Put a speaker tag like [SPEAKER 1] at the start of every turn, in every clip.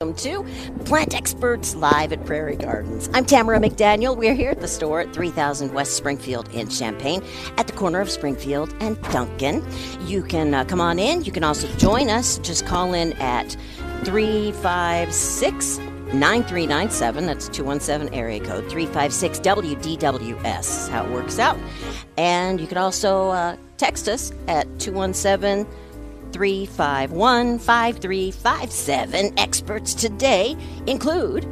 [SPEAKER 1] Welcome to Plant Experts Live at Prairie Gardens. I'm Tamara McDaniel. We're here at the store at 3000 West Springfield in Champaign at the corner of Springfield and Duncan. You can uh, come on in. You can also join us. Just call in at 356 9397. That's 217 area code 356 WDWS. How it works out. And you can also uh, text us at 217- 351 5357. Experts today include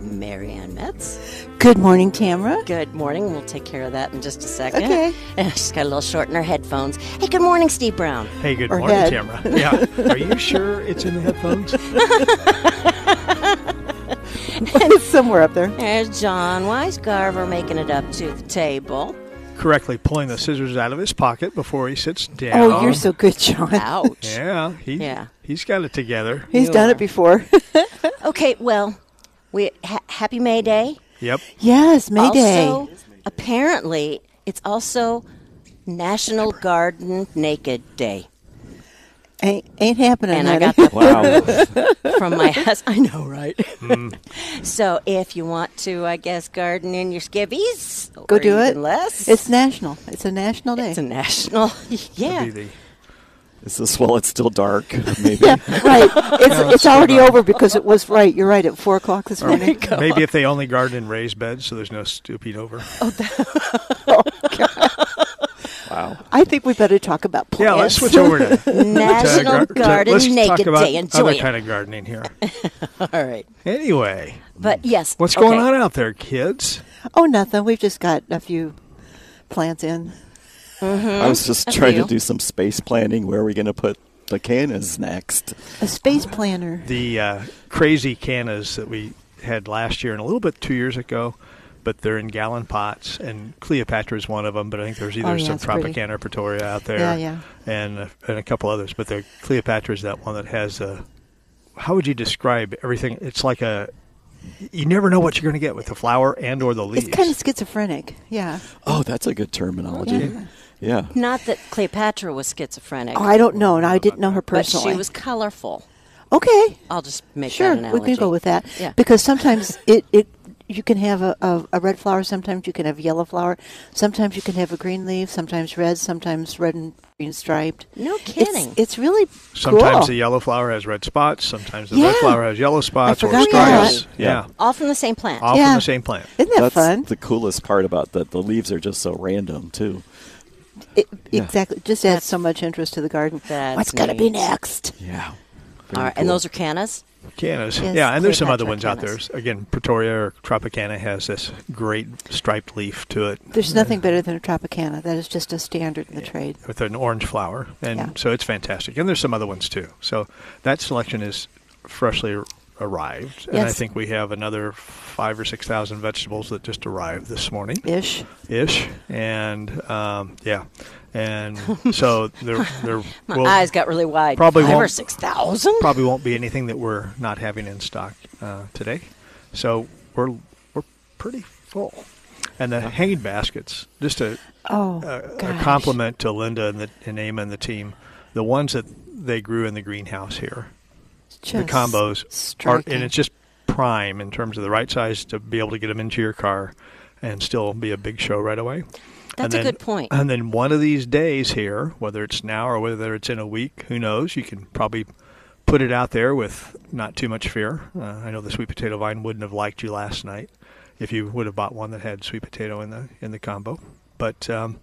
[SPEAKER 1] Marianne Metz.
[SPEAKER 2] Good morning, Tamra.
[SPEAKER 1] Good morning. We'll take care of that in just a second.
[SPEAKER 2] Okay.
[SPEAKER 1] And she's got a little short in her headphones. Hey, good morning, Steve Brown.
[SPEAKER 3] Hey, good
[SPEAKER 2] Or
[SPEAKER 3] morning,
[SPEAKER 2] head.
[SPEAKER 3] Tamara. Yeah. Are you sure it's in the headphones?
[SPEAKER 2] it's somewhere up there.
[SPEAKER 1] There's John Weisgarver making it up to the table.
[SPEAKER 3] Correctly pulling the scissors out of his pocket before he sits down.
[SPEAKER 2] Oh, you're so good, John.
[SPEAKER 1] Ouch.
[SPEAKER 3] Yeah. He,
[SPEAKER 1] Yeah.
[SPEAKER 3] He's got it together.
[SPEAKER 2] He's
[SPEAKER 1] You
[SPEAKER 2] done
[SPEAKER 1] are.
[SPEAKER 2] it before.
[SPEAKER 1] Okay, well, we ha- happy May Day.
[SPEAKER 3] Yep.
[SPEAKER 2] yes, May Day.
[SPEAKER 1] Also, apparently, it's also National Garden Naked Day.
[SPEAKER 2] Ain't, ain't happening.
[SPEAKER 1] and I
[SPEAKER 2] honey.
[SPEAKER 1] got the from my husband. I know, right?
[SPEAKER 3] Hmm.
[SPEAKER 1] so if you want to, I guess, garden in your skivvies,
[SPEAKER 2] Go
[SPEAKER 1] or
[SPEAKER 2] do it.
[SPEAKER 1] even Less,
[SPEAKER 2] It's national. It's a national day.
[SPEAKER 1] it's a national.
[SPEAKER 3] That'd
[SPEAKER 1] yeah,
[SPEAKER 3] Be the,
[SPEAKER 4] Is this while it's still dark? Maybe.
[SPEAKER 2] yeah, right. It's,
[SPEAKER 3] it's
[SPEAKER 2] it's already
[SPEAKER 3] not.
[SPEAKER 2] over because it was right. You're right. At four o'clock this
[SPEAKER 1] Oh
[SPEAKER 2] morning.
[SPEAKER 3] maybe if they only garden in raised beds so there's no stooping over.
[SPEAKER 1] Oh,
[SPEAKER 4] Wow.
[SPEAKER 2] I think we better talk about plants.
[SPEAKER 3] yeah, let's switch over to to
[SPEAKER 1] National
[SPEAKER 3] gar- to-
[SPEAKER 1] Garden
[SPEAKER 3] let's
[SPEAKER 1] Naked
[SPEAKER 3] talk about
[SPEAKER 1] Day. Enjoy
[SPEAKER 3] other
[SPEAKER 1] it.
[SPEAKER 3] kind of gardening here.
[SPEAKER 1] all right.
[SPEAKER 3] Anyway,
[SPEAKER 1] But yes,
[SPEAKER 3] Hmm. what's
[SPEAKER 1] okay.
[SPEAKER 3] going on out there, kids?
[SPEAKER 2] Oh, nothing. We've just got a few plants in.
[SPEAKER 4] I was just trying
[SPEAKER 1] feel.
[SPEAKER 4] to do some space planning. Where are we going to put the cannas next?
[SPEAKER 2] A space planter.
[SPEAKER 3] the uh, crazy cannas that we had last year and a little bit two years ago, but they're in gallon pots. And Cleopatra is one of them, but I think there's either
[SPEAKER 2] Oh, yeah,
[SPEAKER 3] some
[SPEAKER 2] it's pretty.
[SPEAKER 3] Tropicana Pretoria out there,
[SPEAKER 2] Yeah, yeah.
[SPEAKER 3] and a, and a couple others. But the Cleopatra is that one that has a. How would you describe everything? It's like a. You never know what you're going to get with the flower and or the leaves.
[SPEAKER 2] It's kind of schizophrenic. Yeah.
[SPEAKER 4] Oh, that's a good terminology. Yeah.
[SPEAKER 1] Not that Cleopatra was schizophrenic,
[SPEAKER 2] Oh, I don't know, and I didn't know her
[SPEAKER 1] but
[SPEAKER 2] personally.
[SPEAKER 1] she was colorful.
[SPEAKER 2] okay.
[SPEAKER 1] I'll just make
[SPEAKER 2] sure,
[SPEAKER 1] that analogy.
[SPEAKER 2] we can go with that.
[SPEAKER 1] Yeah.
[SPEAKER 2] Because sometimes it, it you can have a, a, a red flower, sometimes you can have yellow flower, sometimes you can have a green leaf, sometimes red, sometimes red and green striped.
[SPEAKER 1] No
[SPEAKER 2] It's-
[SPEAKER 1] kidding.
[SPEAKER 2] It's, really
[SPEAKER 3] Sometimes
[SPEAKER 2] cool.
[SPEAKER 3] the yellow flower has red spots. Sometimes the red
[SPEAKER 2] Yeah.
[SPEAKER 3] flower has yellow spots or
[SPEAKER 2] forgot
[SPEAKER 1] that.
[SPEAKER 3] stripes.
[SPEAKER 4] Really?
[SPEAKER 3] Yeah.
[SPEAKER 4] Yeah.
[SPEAKER 1] All from the same plant.
[SPEAKER 3] All
[SPEAKER 2] Yeah.
[SPEAKER 3] from the same plant.
[SPEAKER 2] Isn't that
[SPEAKER 4] That's
[SPEAKER 2] fun?
[SPEAKER 4] the coolest part about that. The leaves are just so random too.
[SPEAKER 2] It-
[SPEAKER 4] yeah.
[SPEAKER 2] Exactly. Just adds so much interest to the garden.
[SPEAKER 1] That's
[SPEAKER 2] What's going to be
[SPEAKER 1] neat.
[SPEAKER 2] next?
[SPEAKER 4] Yeah.
[SPEAKER 1] all right, and those are cannas.
[SPEAKER 3] Cannas.
[SPEAKER 2] Yes,
[SPEAKER 3] yeah, and there's some other ones
[SPEAKER 2] Cleopatra
[SPEAKER 3] out there. Again, Pretoria or Tropicana has this great striped leaf to it
[SPEAKER 2] There's nothing better than a Tropicana. That is just a standard in the trade.
[SPEAKER 3] with an orange flower. And
[SPEAKER 2] Yeah.
[SPEAKER 3] so it's fantastic. And there's some other ones too. So that selection is freshly ar- arrived. And I
[SPEAKER 2] Yes.
[SPEAKER 3] think we have another five or 6,000 vegetables that just arrived this morning
[SPEAKER 2] Ish.
[SPEAKER 3] ish. And um, yeah. And so there, there
[SPEAKER 1] My
[SPEAKER 3] will,
[SPEAKER 1] eyes got really wide.
[SPEAKER 3] probably
[SPEAKER 1] five or
[SPEAKER 3] won't-
[SPEAKER 1] six thousand.
[SPEAKER 3] probably won't be anything that we're not having in stock uh, today. So we're we're pretty full. And the hanging baskets, just a,
[SPEAKER 2] Oh,
[SPEAKER 3] a, a
[SPEAKER 2] gosh.
[SPEAKER 3] compliment to Linda and, the, and Ama and the team. The ones that they grew in the greenhouse here,
[SPEAKER 2] Just
[SPEAKER 3] the combos,
[SPEAKER 2] striking.
[SPEAKER 3] are and it's just prime in terms of the right size to be able to get them into your car and still be a big show right away.
[SPEAKER 1] That's
[SPEAKER 3] And
[SPEAKER 1] a
[SPEAKER 3] then-
[SPEAKER 1] good point.
[SPEAKER 3] And then one of these days here, whether it's now or whether it's in a week, who knows? You can probably put it out there with not too much fear. Uh, I know the sweet potato vine wouldn't have liked you last night if you would have bought one that had sweet potato in the in the combo, but. Um,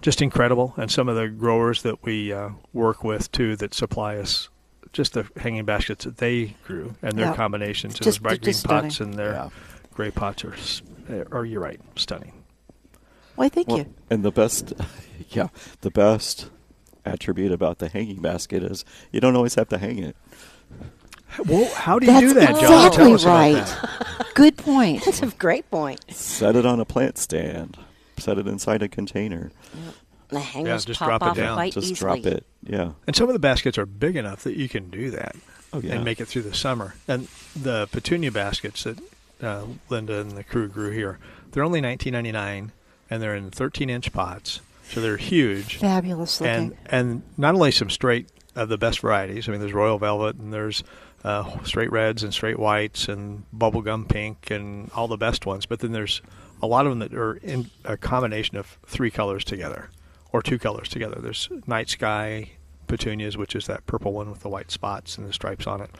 [SPEAKER 3] just incredible, and some of the growers that we uh, work with too that supply us just the hanging baskets that they grew and their
[SPEAKER 2] Yeah.
[SPEAKER 3] combinations,
[SPEAKER 2] It's
[SPEAKER 3] and those
[SPEAKER 2] just-
[SPEAKER 3] bright
[SPEAKER 2] it's
[SPEAKER 3] green
[SPEAKER 2] just
[SPEAKER 3] pots
[SPEAKER 2] stunning.
[SPEAKER 3] and their
[SPEAKER 4] Yeah.
[SPEAKER 3] gray pots are, s- are you're right, stunning.
[SPEAKER 2] Why, thank
[SPEAKER 4] Well,
[SPEAKER 2] you.
[SPEAKER 4] and the best, yeah, the best attribute about the hanging basket is you don't always have to hang it.
[SPEAKER 3] Well, how do you
[SPEAKER 2] That's
[SPEAKER 3] do that, John?
[SPEAKER 2] exactly
[SPEAKER 3] Tell us about
[SPEAKER 2] right.
[SPEAKER 3] that.
[SPEAKER 2] Good point.
[SPEAKER 1] That's a great point.
[SPEAKER 4] Set it on a plant stand. Set it inside a container.
[SPEAKER 1] The hangers
[SPEAKER 3] just
[SPEAKER 1] pop
[SPEAKER 3] drop it
[SPEAKER 1] off
[SPEAKER 3] down.
[SPEAKER 1] quite
[SPEAKER 4] Just
[SPEAKER 1] E- easily.
[SPEAKER 4] drop it. Yeah.
[SPEAKER 3] And some of the baskets are big enough that you can do that
[SPEAKER 4] Oh, yeah.
[SPEAKER 3] and make it through the summer. And the petunia baskets that uh, Linda and the crew grew here, they're only 19.99, and they're in 13-inch pots, so they're huge.
[SPEAKER 2] Fabulous looking.
[SPEAKER 3] uh, And and not only some straight of the best varieties. I mean, there's Royal Velvet and there's uh, straight reds and straight whites and bubblegum pink and all the best ones. But then there's a lot of them that are in a combination of three colors together or two colors together. There's night sky petunias, which is that purple one with the white spots and the stripes on it,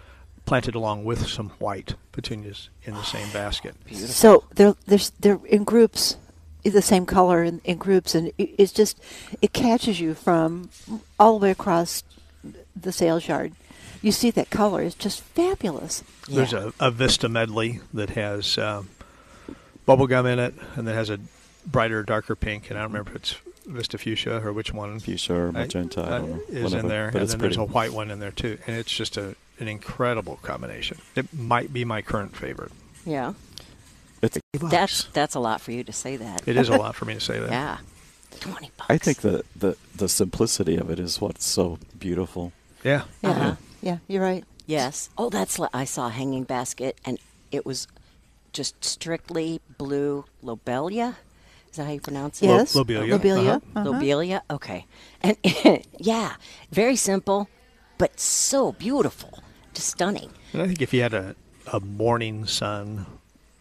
[SPEAKER 3] planted along with some white petunias in the same basket.
[SPEAKER 2] So they're they're they're in groups, the same color in, in groups, and it, it's just it catches you from all the way across the sales yard. You see that color; it's just fabulous.
[SPEAKER 3] There's a, a Vista medley that has um, bubblegum in it and that has a brighter, darker pink. And I don't remember if it's Vista fuchsia or which one.
[SPEAKER 4] Fuchsia or magenta, I
[SPEAKER 3] uh,
[SPEAKER 4] don't know.
[SPEAKER 3] Is
[SPEAKER 4] One of
[SPEAKER 3] in
[SPEAKER 4] it,
[SPEAKER 3] there.
[SPEAKER 4] but
[SPEAKER 3] and
[SPEAKER 4] it's
[SPEAKER 3] then
[SPEAKER 4] pretty.
[SPEAKER 3] there's a white one in there too. And it's just a, an incredible combination. It might be my current favorite.
[SPEAKER 1] Yeah.
[SPEAKER 4] It's,
[SPEAKER 1] That's that's a lot for you to say that.
[SPEAKER 3] It is a lot for me to say that.
[SPEAKER 1] Yeah. Twenty bucks.
[SPEAKER 4] I think the, the the simplicity of it is what's so beautiful.
[SPEAKER 3] Yeah.
[SPEAKER 2] Yeah,
[SPEAKER 1] Uh-huh.
[SPEAKER 2] yeah, you're right.
[SPEAKER 1] Yes. Oh, that's li- I saw a hanging basket, and it was just strictly blue lobelia. Is that how you pronounce it?
[SPEAKER 3] Lo-
[SPEAKER 2] Yes,
[SPEAKER 3] lobelia.
[SPEAKER 2] lobelia.
[SPEAKER 3] Uh-huh.
[SPEAKER 2] uh
[SPEAKER 1] Lobelia. Okay. And yeah, very simple, but so beautiful, just stunning.
[SPEAKER 3] And I think if you had a, a morning sun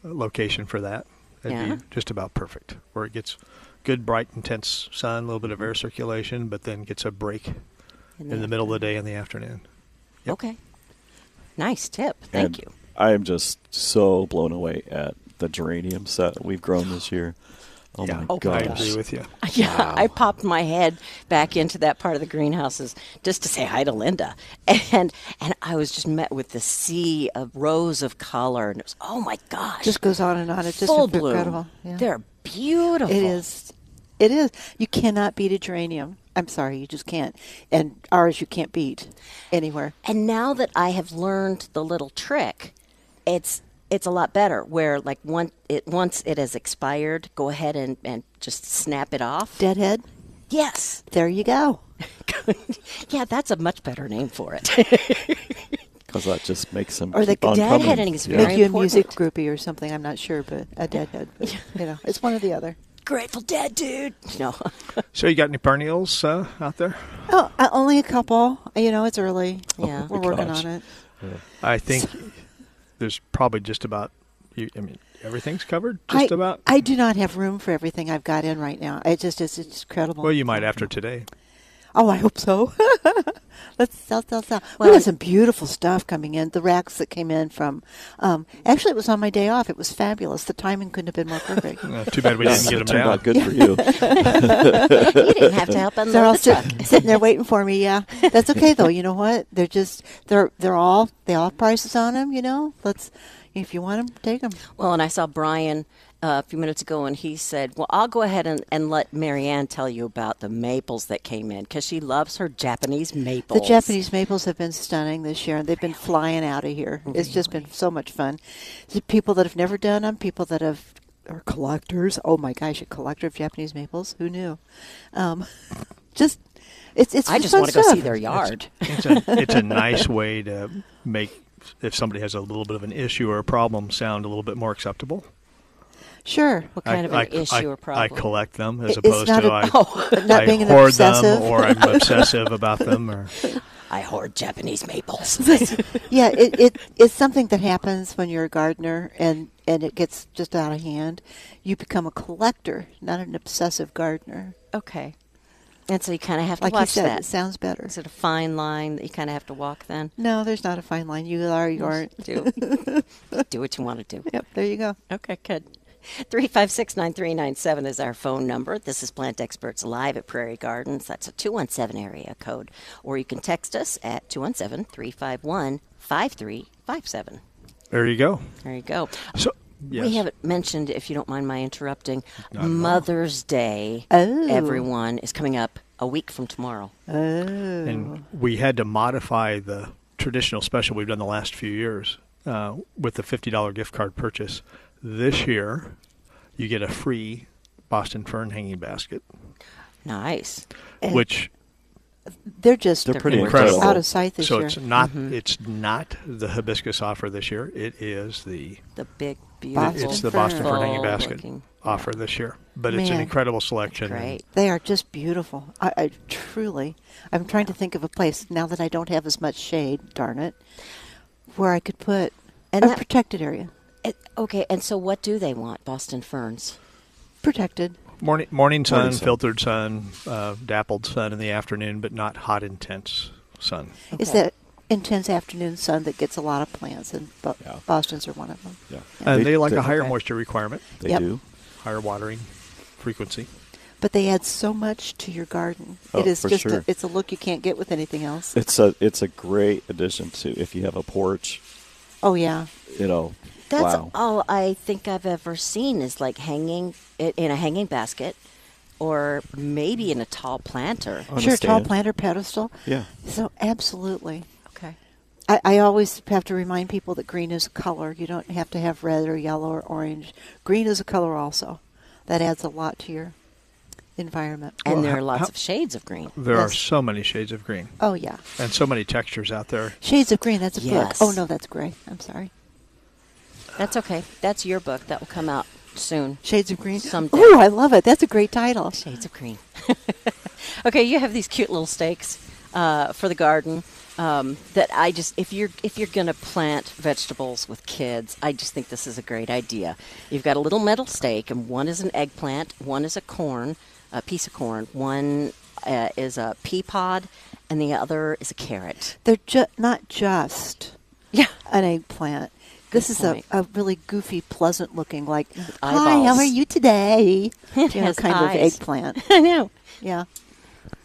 [SPEAKER 3] location for that, it'd
[SPEAKER 1] Yeah.
[SPEAKER 3] be just about perfect. Where it gets good, bright, intense sun, a little bit of air circulation, but then gets a break in the, middle of the day in the afternoon. Yep.
[SPEAKER 1] Okay. Nice tip. Thank
[SPEAKER 4] And
[SPEAKER 1] you.
[SPEAKER 4] I am just so blown away at the geranium set we've grown this year. Oh
[SPEAKER 3] yeah,
[SPEAKER 4] my
[SPEAKER 1] Oh my
[SPEAKER 4] gosh.
[SPEAKER 3] I agree with you.
[SPEAKER 1] Yeah, I popped my head back into that part of the greenhouses just to say hi to Linda, and and I was just met with the sea of rows of color, and it was oh my gosh,
[SPEAKER 2] Just goes on and on. It's just
[SPEAKER 1] full bloom.
[SPEAKER 2] incredible. Yeah.
[SPEAKER 1] They're beautiful.
[SPEAKER 2] It is. It is. You cannot beat a geranium. I'm sorry, you just can't. And ours you can't beat anywhere.
[SPEAKER 1] And now that I have learned the little trick, it's it's a lot better. Where like one it once it has expired, go ahead and and just snap it off.
[SPEAKER 2] Deadhead,
[SPEAKER 1] Yes,
[SPEAKER 2] there you go.
[SPEAKER 1] yeah, that's a much better name for it.
[SPEAKER 4] Because that just makes them
[SPEAKER 2] Or they
[SPEAKER 4] keep on
[SPEAKER 2] could
[SPEAKER 1] deadhead
[SPEAKER 4] coming.
[SPEAKER 1] and it's
[SPEAKER 4] Yeah.
[SPEAKER 1] very-
[SPEAKER 2] Make you a
[SPEAKER 1] important.
[SPEAKER 2] music groupie or something. I'm not sure, but a deadhead. But, you know, it's one or the other.
[SPEAKER 1] Grateful Dead, dude. No,
[SPEAKER 3] So you got any perennials uh, out there?
[SPEAKER 2] Oh, uh, only a couple. You know, it's early.
[SPEAKER 1] Yeah.
[SPEAKER 2] we're
[SPEAKER 4] Oh,
[SPEAKER 2] working
[SPEAKER 4] gosh.
[SPEAKER 2] on it.
[SPEAKER 3] I think there's probably just about. You, I mean, everything's covered.
[SPEAKER 2] I-
[SPEAKER 3] Just about.
[SPEAKER 2] I do not have room for everything I've got in right now. It just is it's incredible.
[SPEAKER 3] well, you might after today.
[SPEAKER 2] Oh, I hope so. Let's sell, sell, sell.
[SPEAKER 1] Well,
[SPEAKER 2] we had some beautiful stuff coming in. The racks that came in from, um, actually, it was on my day off. It was fabulous. The timing couldn't have been more perfect.
[SPEAKER 3] Uh, too bad we
[SPEAKER 4] Yeah,
[SPEAKER 3] didn't
[SPEAKER 4] it
[SPEAKER 3] get them
[SPEAKER 4] turned
[SPEAKER 3] down.
[SPEAKER 4] out good for you.
[SPEAKER 1] you didn't have to help unload
[SPEAKER 2] they're all
[SPEAKER 1] the truck.
[SPEAKER 2] sit- sitting there waiting for me. Yeah, that's okay though. You know what? They're just they're they're all they all have prices on them. You know, let's if you want them, take them.
[SPEAKER 1] Well, and I saw Brian uh, a few minutes ago, and he said, "Well, I'll go ahead and, and let Marianne tell you about the maples that came in because she loves her Japanese
[SPEAKER 2] The
[SPEAKER 1] maples."
[SPEAKER 2] Japanese maples have been stunning this year, and they've been flying out of here.
[SPEAKER 1] Mm-hmm.
[SPEAKER 2] It's just been so much fun. The people that have never done them, people that have are collectors. Oh my gosh, a collector of Japanese maples? Who knew? Um, just it's it's.
[SPEAKER 1] I
[SPEAKER 2] it's
[SPEAKER 1] just
[SPEAKER 2] fun
[SPEAKER 1] want to go see
[SPEAKER 2] stuff.
[SPEAKER 1] their yard.
[SPEAKER 3] It's a, it's a nice way to make if somebody has a little bit of an issue or a problem sound a little bit more acceptable.
[SPEAKER 2] Sure.
[SPEAKER 1] What kind of an issue
[SPEAKER 3] I,
[SPEAKER 1] or problem?
[SPEAKER 3] I collect them as
[SPEAKER 2] It- it's
[SPEAKER 3] opposed
[SPEAKER 2] not
[SPEAKER 3] to
[SPEAKER 2] a-
[SPEAKER 3] I
[SPEAKER 2] oh, not
[SPEAKER 3] I
[SPEAKER 2] being an
[SPEAKER 3] hoard
[SPEAKER 2] obsessive.
[SPEAKER 3] them or I'm obsessive about them. Or
[SPEAKER 1] I hoard Japanese maples.
[SPEAKER 2] yeah, it, it it's something that happens when you're a gardener and and it gets just out of hand. You become a collector, not an obsessive gardener.
[SPEAKER 1] okay, and so you kind of have to
[SPEAKER 2] Like
[SPEAKER 1] watch
[SPEAKER 2] you said,
[SPEAKER 1] that.
[SPEAKER 2] it sounds better.
[SPEAKER 1] Is it a fine line that you kind of have to walk? Then
[SPEAKER 2] No, there's not a fine line. You are, you aren't.
[SPEAKER 1] do do what you want to do.
[SPEAKER 2] Yep, there you go.
[SPEAKER 1] Okay, good. 356 9397 is our phone number. This is Plant Experts Live at Prairie Gardens. That's a 217 area code. Or you can text us at 217 351 5357.
[SPEAKER 3] there you go.
[SPEAKER 1] There you go.
[SPEAKER 3] So yes.
[SPEAKER 1] We haven't mentioned, if you don't mind my interrupting,
[SPEAKER 3] Not at all.
[SPEAKER 1] Mother's Day,
[SPEAKER 2] Oh.
[SPEAKER 1] everyone, is coming up a week from tomorrow.
[SPEAKER 2] Oh.
[SPEAKER 3] and we had to modify the traditional special we've done the last few years uh, with the $50 gift card purchase. This year, you get a free Boston fern hanging basket,
[SPEAKER 1] Nice.
[SPEAKER 2] And
[SPEAKER 3] which
[SPEAKER 2] They're just
[SPEAKER 4] They're pretty
[SPEAKER 3] incredible.
[SPEAKER 2] out of sight this
[SPEAKER 3] so
[SPEAKER 2] year. Mm-hmm.
[SPEAKER 3] it's not it's not the hibiscus offer this year. It is the
[SPEAKER 1] The big, beautiful.
[SPEAKER 2] Boston
[SPEAKER 3] it's the
[SPEAKER 2] fern.
[SPEAKER 3] Boston fern hanging basket
[SPEAKER 1] looking-
[SPEAKER 3] offer this year. But it's an
[SPEAKER 2] Man.
[SPEAKER 3] incredible selection. and
[SPEAKER 1] Great.
[SPEAKER 2] They are just beautiful. I, I truly, I'm trying to think of a place now that I don't have as much shade. Darn it! where I could put
[SPEAKER 1] And
[SPEAKER 2] a
[SPEAKER 1] that-
[SPEAKER 2] protected area.
[SPEAKER 1] It, okay, and so what do they want, Boston ferns?
[SPEAKER 2] Protected.
[SPEAKER 3] Morning, morning sun,
[SPEAKER 4] Morning sun.
[SPEAKER 3] filtered sun, uh, dappled sun in the afternoon, but not hot, intense sun.
[SPEAKER 2] It's
[SPEAKER 1] Okay.
[SPEAKER 2] that intense afternoon sun that gets a lot of plants, and Bo-
[SPEAKER 4] Yeah.
[SPEAKER 2] Boston's are one of them.
[SPEAKER 4] Yeah.
[SPEAKER 3] And they, like
[SPEAKER 4] they,
[SPEAKER 3] a higher
[SPEAKER 2] okay.
[SPEAKER 3] moisture requirement,
[SPEAKER 4] They
[SPEAKER 2] Yep.
[SPEAKER 4] do.
[SPEAKER 3] higher watering frequency.
[SPEAKER 2] But they add so much to your garden.
[SPEAKER 4] Oh,
[SPEAKER 2] it is
[SPEAKER 4] for
[SPEAKER 2] just
[SPEAKER 4] sure.
[SPEAKER 2] a, it's a look you can't get with anything else.
[SPEAKER 4] It's a it's a great addition to if you have a porch.
[SPEAKER 2] oh yeah,
[SPEAKER 4] You know,
[SPEAKER 1] That's
[SPEAKER 4] wow.
[SPEAKER 1] all I think I've ever seen is like hanging i- in a hanging basket or maybe in a tall planter.
[SPEAKER 4] On a
[SPEAKER 2] sure. Tall
[SPEAKER 4] stand.
[SPEAKER 2] planter pedestal.
[SPEAKER 4] Yeah.
[SPEAKER 2] So absolutely.
[SPEAKER 1] Okay.
[SPEAKER 2] I, I always have to remind people that green is a color. You don't have to have red or yellow or orange. Green is a color also. That adds a lot to your environment.
[SPEAKER 1] And
[SPEAKER 3] Well,
[SPEAKER 1] there
[SPEAKER 3] how-
[SPEAKER 1] are lots
[SPEAKER 3] how-
[SPEAKER 1] of shades of green.
[SPEAKER 3] There are
[SPEAKER 2] Yes.
[SPEAKER 3] so many shades of green
[SPEAKER 2] Oh yeah,
[SPEAKER 3] and so many textures out there.
[SPEAKER 2] Shades of Green. That's a
[SPEAKER 1] Yes.
[SPEAKER 2] book. Oh no, that's gray. I'm sorry.
[SPEAKER 1] That's okay. That's your book that will come out soon.
[SPEAKER 2] Shades of Green.
[SPEAKER 1] Someday.
[SPEAKER 2] Oh, I love it. That's a great title.
[SPEAKER 1] Shades of green. okay, you have these cute little stakes uh, for the garden um, that I just if you're if you're gonna plant vegetables with kids, I just think this is a great idea. You've got a little metal stake, and one is an eggplant, one is a corn, a piece of corn, one uh, is a pea pod, and the other is a carrot.
[SPEAKER 2] They're ju- not just
[SPEAKER 1] Yeah.
[SPEAKER 2] an eggplant. This is a,
[SPEAKER 1] point.
[SPEAKER 2] a really goofy, pleasant looking, like, hi,
[SPEAKER 1] eyeballs.
[SPEAKER 2] how are you today?
[SPEAKER 1] It
[SPEAKER 2] you know,
[SPEAKER 1] has
[SPEAKER 2] kind
[SPEAKER 1] eyes.
[SPEAKER 2] of eggplant.
[SPEAKER 1] I know.
[SPEAKER 2] Yeah.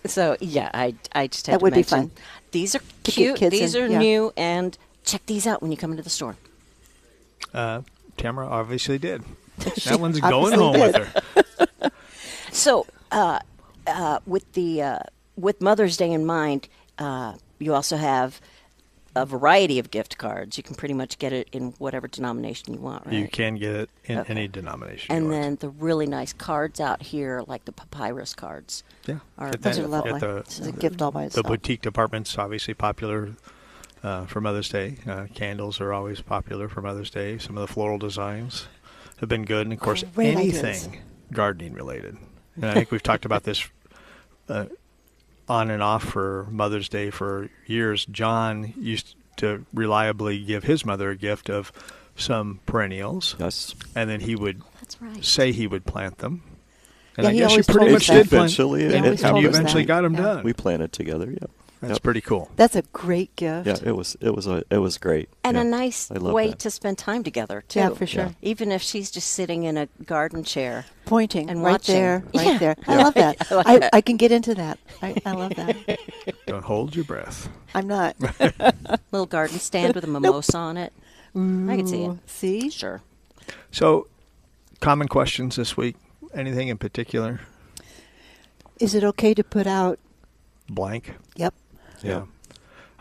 [SPEAKER 1] So yeah, I I just had
[SPEAKER 2] That
[SPEAKER 1] to
[SPEAKER 2] would be
[SPEAKER 1] mention,
[SPEAKER 2] fun.
[SPEAKER 1] These are
[SPEAKER 2] get
[SPEAKER 1] cute.
[SPEAKER 2] kids
[SPEAKER 1] These
[SPEAKER 2] in,
[SPEAKER 1] are
[SPEAKER 2] yeah.
[SPEAKER 1] new, and check these out when you come into the store.
[SPEAKER 3] Uh, Tamara obviously did. That one's
[SPEAKER 2] obviously
[SPEAKER 3] going home with
[SPEAKER 2] did.
[SPEAKER 3] her.
[SPEAKER 1] So, uh, uh, with the uh, with Mother's Day in mind, uh, you also have a variety of gift cards. You can pretty much get it in whatever denomination you want, right?
[SPEAKER 3] You can get it in
[SPEAKER 1] Okay.
[SPEAKER 3] any denomination. you
[SPEAKER 1] And then
[SPEAKER 3] want.
[SPEAKER 1] the really nice cards out here, like the papyrus cards.
[SPEAKER 3] Yeah,
[SPEAKER 1] Are
[SPEAKER 3] get
[SPEAKER 2] Those
[SPEAKER 3] that
[SPEAKER 2] are lovely.
[SPEAKER 3] At the,
[SPEAKER 2] This is a gift all by
[SPEAKER 3] the
[SPEAKER 2] itself.
[SPEAKER 3] boutique department's obviously popular uh, for Mother's Day. Uh, candles are always popular for Mother's Day. Some of the floral designs have been good, and of course,
[SPEAKER 2] Great
[SPEAKER 3] anything
[SPEAKER 2] ideas.
[SPEAKER 3] gardening related. And I think we've talked about this uh, on and off for Mother's Day for years. John used to reliably give his mother a gift of some perennials,
[SPEAKER 4] Yes.
[SPEAKER 3] and then he would
[SPEAKER 1] That's right.
[SPEAKER 3] say he would plant them. And
[SPEAKER 2] Yeah,
[SPEAKER 3] I
[SPEAKER 2] he
[SPEAKER 3] guess you
[SPEAKER 2] always
[SPEAKER 3] pretty
[SPEAKER 2] told
[SPEAKER 3] much
[SPEAKER 2] us that.
[SPEAKER 3] did plant-
[SPEAKER 4] Eventually,
[SPEAKER 2] it
[SPEAKER 3] and,
[SPEAKER 2] always
[SPEAKER 3] and
[SPEAKER 2] told
[SPEAKER 3] you
[SPEAKER 2] us
[SPEAKER 3] eventually
[SPEAKER 2] that.
[SPEAKER 3] got them
[SPEAKER 2] Yeah.
[SPEAKER 3] done.
[SPEAKER 4] We planted together. Yeah.
[SPEAKER 3] That's pretty cool.
[SPEAKER 2] That's a great gift.
[SPEAKER 4] Yeah. It was. It was a. It was great.
[SPEAKER 1] And
[SPEAKER 4] Yeah.
[SPEAKER 1] a nice
[SPEAKER 4] I love
[SPEAKER 1] way
[SPEAKER 4] that.
[SPEAKER 1] to spend time together too.
[SPEAKER 2] Yeah, for sure. Yeah.
[SPEAKER 1] Even if she's just sitting in a garden chair.
[SPEAKER 2] Pointing
[SPEAKER 1] And
[SPEAKER 2] right
[SPEAKER 1] watching.
[SPEAKER 2] there, right
[SPEAKER 1] Yeah.
[SPEAKER 2] there. I
[SPEAKER 1] Yeah.
[SPEAKER 2] love that.
[SPEAKER 1] I like
[SPEAKER 2] I,
[SPEAKER 1] that.
[SPEAKER 2] I can get into that. I, I love that.
[SPEAKER 3] Don't hold your breath.
[SPEAKER 2] I'm not.
[SPEAKER 1] Little garden stand with a mimosa on it. I can see it.
[SPEAKER 2] See?
[SPEAKER 1] Sure.
[SPEAKER 3] So, common questions this week. Anything in particular?
[SPEAKER 2] Is it okay to put out?
[SPEAKER 3] Blank.
[SPEAKER 2] Yep.
[SPEAKER 4] Yeah.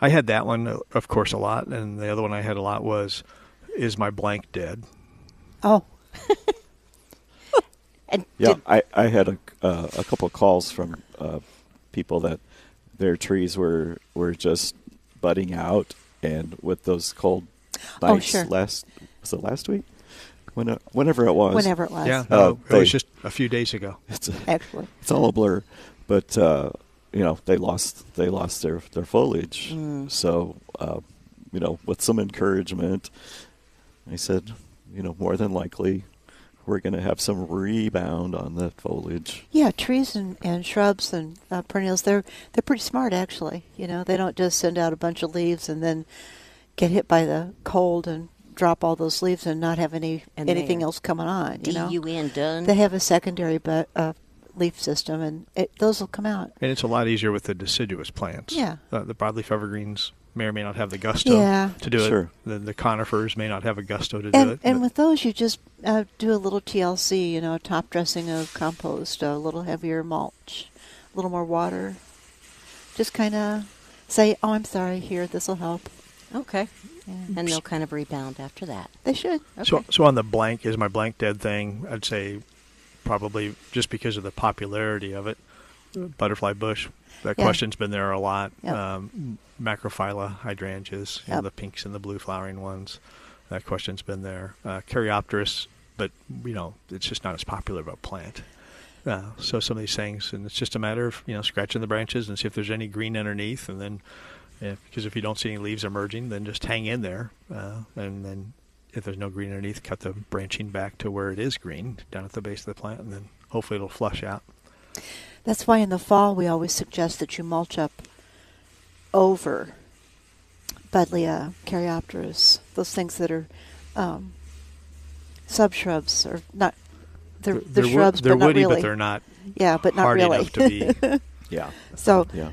[SPEAKER 3] I had that one, uh, of course, a lot, and the other one I had a lot was, "Is my blank dead?"
[SPEAKER 2] Oh,
[SPEAKER 1] And
[SPEAKER 4] Yeah.
[SPEAKER 1] did,
[SPEAKER 4] I, I had a uh, a couple calls from uh, people that their trees were were just budding out, and with those cold
[SPEAKER 2] Oh,
[SPEAKER 4] nights
[SPEAKER 2] sure.
[SPEAKER 4] last was it last week? When, whenever it was.
[SPEAKER 2] whenever it was.
[SPEAKER 3] Yeah,
[SPEAKER 4] Oh,
[SPEAKER 3] no, it
[SPEAKER 4] they-
[SPEAKER 3] was just a few days ago.
[SPEAKER 4] It's a,
[SPEAKER 2] Actually.
[SPEAKER 4] it's all a blur, but uh, you know they lost they lost their their foliage.
[SPEAKER 2] Mm.
[SPEAKER 4] So uh, you know, with some encouragement, I said, you know, more than likely, we're going to have some rebound on that foliage.
[SPEAKER 2] Yeah, trees and, and shrubs and uh, perennials, they're they're pretty smart actually. You know, they don't just send out a bunch of leaves and then get hit by the cold and drop all those leaves and not have any
[SPEAKER 1] And
[SPEAKER 2] anything
[SPEAKER 1] they're
[SPEAKER 2] else coming on, you know.
[SPEAKER 1] D-U-N done.
[SPEAKER 2] They have a secondary bu- uh, leaf system and it, those will come out.
[SPEAKER 3] And it's a lot easier with the deciduous plants.
[SPEAKER 2] Yeah.
[SPEAKER 3] Uh, the broadleaf evergreens may or may not have the gusto
[SPEAKER 2] Yeah.
[SPEAKER 3] to do
[SPEAKER 4] Sure.
[SPEAKER 3] it. The, the conifers may not have a gusto to do
[SPEAKER 2] And,
[SPEAKER 3] it.
[SPEAKER 2] and
[SPEAKER 3] but-
[SPEAKER 2] with those, you just uh, do a little TLC, you know, top dressing of compost, a little heavier mulch, a little more water. Just kind of say, oh, I'm sorry, here, this will help.
[SPEAKER 1] Okay.
[SPEAKER 2] Yeah.
[SPEAKER 1] And they'll kind of rebound after that.
[SPEAKER 2] They should.
[SPEAKER 3] So, so on the blank is my blank dead thing. I'd say probably just because of the popularity of it, butterfly bush. That
[SPEAKER 2] Yeah.
[SPEAKER 3] question's been there a lot.
[SPEAKER 2] Yep.
[SPEAKER 3] Um, macrophylla hydrangeas, you know,
[SPEAKER 2] Yep.
[SPEAKER 3] the pinks and the blue flowering ones. That question's been there. Uh, Caryopterus, but you know, it's just not as popular of a plant. Uh, so some of these things, and it's just a matter of you know scratching the branches and see if there's any green underneath, and then If, because if you don't see any leaves emerging, then just hang in there. Uh, and then if there's no green underneath, cut the branching back to where it is green down at the base of the plant, and then hopefully it'll flush out.
[SPEAKER 2] That's why in the fall we always suggest that you mulch up over Buddleia, Caryopterus, those things that are um, subshrubs or not. They're, they're,
[SPEAKER 3] wo-
[SPEAKER 2] shrubs,
[SPEAKER 3] they're
[SPEAKER 2] but not
[SPEAKER 3] woody,
[SPEAKER 2] really.
[SPEAKER 3] but they're not
[SPEAKER 2] yeah, but not
[SPEAKER 3] hard
[SPEAKER 2] really.
[SPEAKER 3] enough to be.
[SPEAKER 4] Yeah.
[SPEAKER 2] so
[SPEAKER 4] Yeah.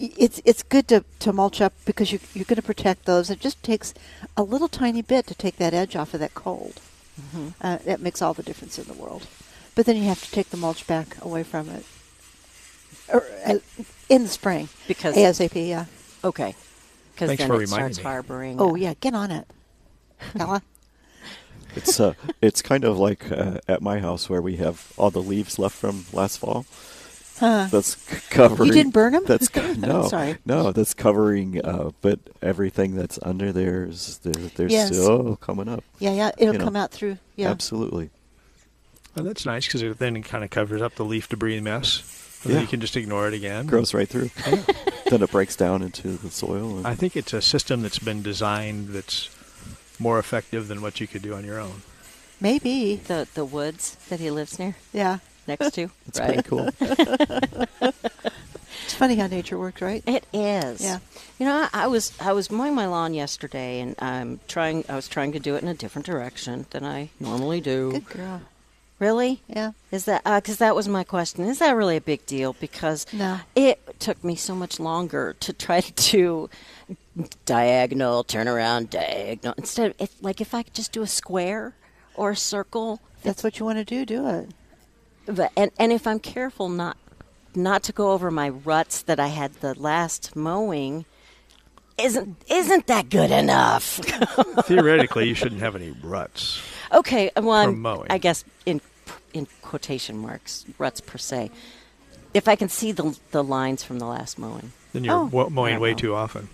[SPEAKER 2] y- it's it's good to, to mulch up because you, you're going to protect those. It just takes a little tiny bit to take that edge off of that cold.
[SPEAKER 1] Mm-hmm.
[SPEAKER 2] Uh, that makes all the difference in the world. But then you have to take the mulch back away from it, or uh, in the spring
[SPEAKER 1] Because-
[SPEAKER 2] ASAP. Yeah.
[SPEAKER 1] Okay. Because
[SPEAKER 3] Thanks
[SPEAKER 1] then
[SPEAKER 3] for
[SPEAKER 1] it
[SPEAKER 3] reminding
[SPEAKER 1] starts
[SPEAKER 3] me.
[SPEAKER 1] harboring.
[SPEAKER 2] Oh yeah, get on it, Ella.
[SPEAKER 4] It's uh, it's kind of like uh, at my house where we have all the leaves left from last fall.
[SPEAKER 2] Huh.
[SPEAKER 4] That's c- covering.
[SPEAKER 2] Uh. didn't burn 'em?
[SPEAKER 4] That's co- no,
[SPEAKER 2] Sorry.
[SPEAKER 4] no, that's covering. Uh, but everything that's under there is they're, they're
[SPEAKER 2] Yes.
[SPEAKER 4] still coming up.
[SPEAKER 2] Yeah, yeah. It'll
[SPEAKER 4] you know,
[SPEAKER 2] come out through. Yeah.
[SPEAKER 4] Absolutely.
[SPEAKER 3] Well, that's nice because it then kind of covers up the leaf debris mess. And
[SPEAKER 4] Yeah.
[SPEAKER 3] Then you can just ignore it again.
[SPEAKER 4] Grows right through. then it breaks down into the soil. And,
[SPEAKER 3] I think it's a system that's been designed that's more effective than what you could do on your own.
[SPEAKER 2] Maybe.
[SPEAKER 1] The, the woods that he lives near,
[SPEAKER 2] Yeah.
[SPEAKER 1] next to.
[SPEAKER 4] it's
[SPEAKER 1] right.
[SPEAKER 4] pretty cool.
[SPEAKER 2] It's funny how nature works, right?
[SPEAKER 1] It is.
[SPEAKER 2] Yeah.
[SPEAKER 1] You know, I, I was I was mowing my lawn yesterday, and I'm trying. I was trying to do it in a different direction than I normally do.
[SPEAKER 2] Good girl.
[SPEAKER 1] Really?
[SPEAKER 2] Yeah.
[SPEAKER 1] Is that because that was my question? Is that really a big deal? Because
[SPEAKER 2] No.
[SPEAKER 1] it took me so much longer to try to do diagonal, turn around, diagonal. Instead, of, if, like if I could just do a square or a circle,
[SPEAKER 2] That's what you want to do. Do it.
[SPEAKER 1] but, and and if I'm careful not not to go over my ruts that I had the last mowing, isn't isn't that good enough?
[SPEAKER 3] Theoretically, you shouldn't have any ruts.
[SPEAKER 1] okay, uh, well, I'm-
[SPEAKER 3] mowing.
[SPEAKER 1] I guess in in quotation marks ruts per se. If I can see the the lines from the last mowing,
[SPEAKER 3] Then you're
[SPEAKER 2] Oh.
[SPEAKER 3] wo- mowing
[SPEAKER 1] Yeah,
[SPEAKER 3] way
[SPEAKER 1] well.
[SPEAKER 3] too often.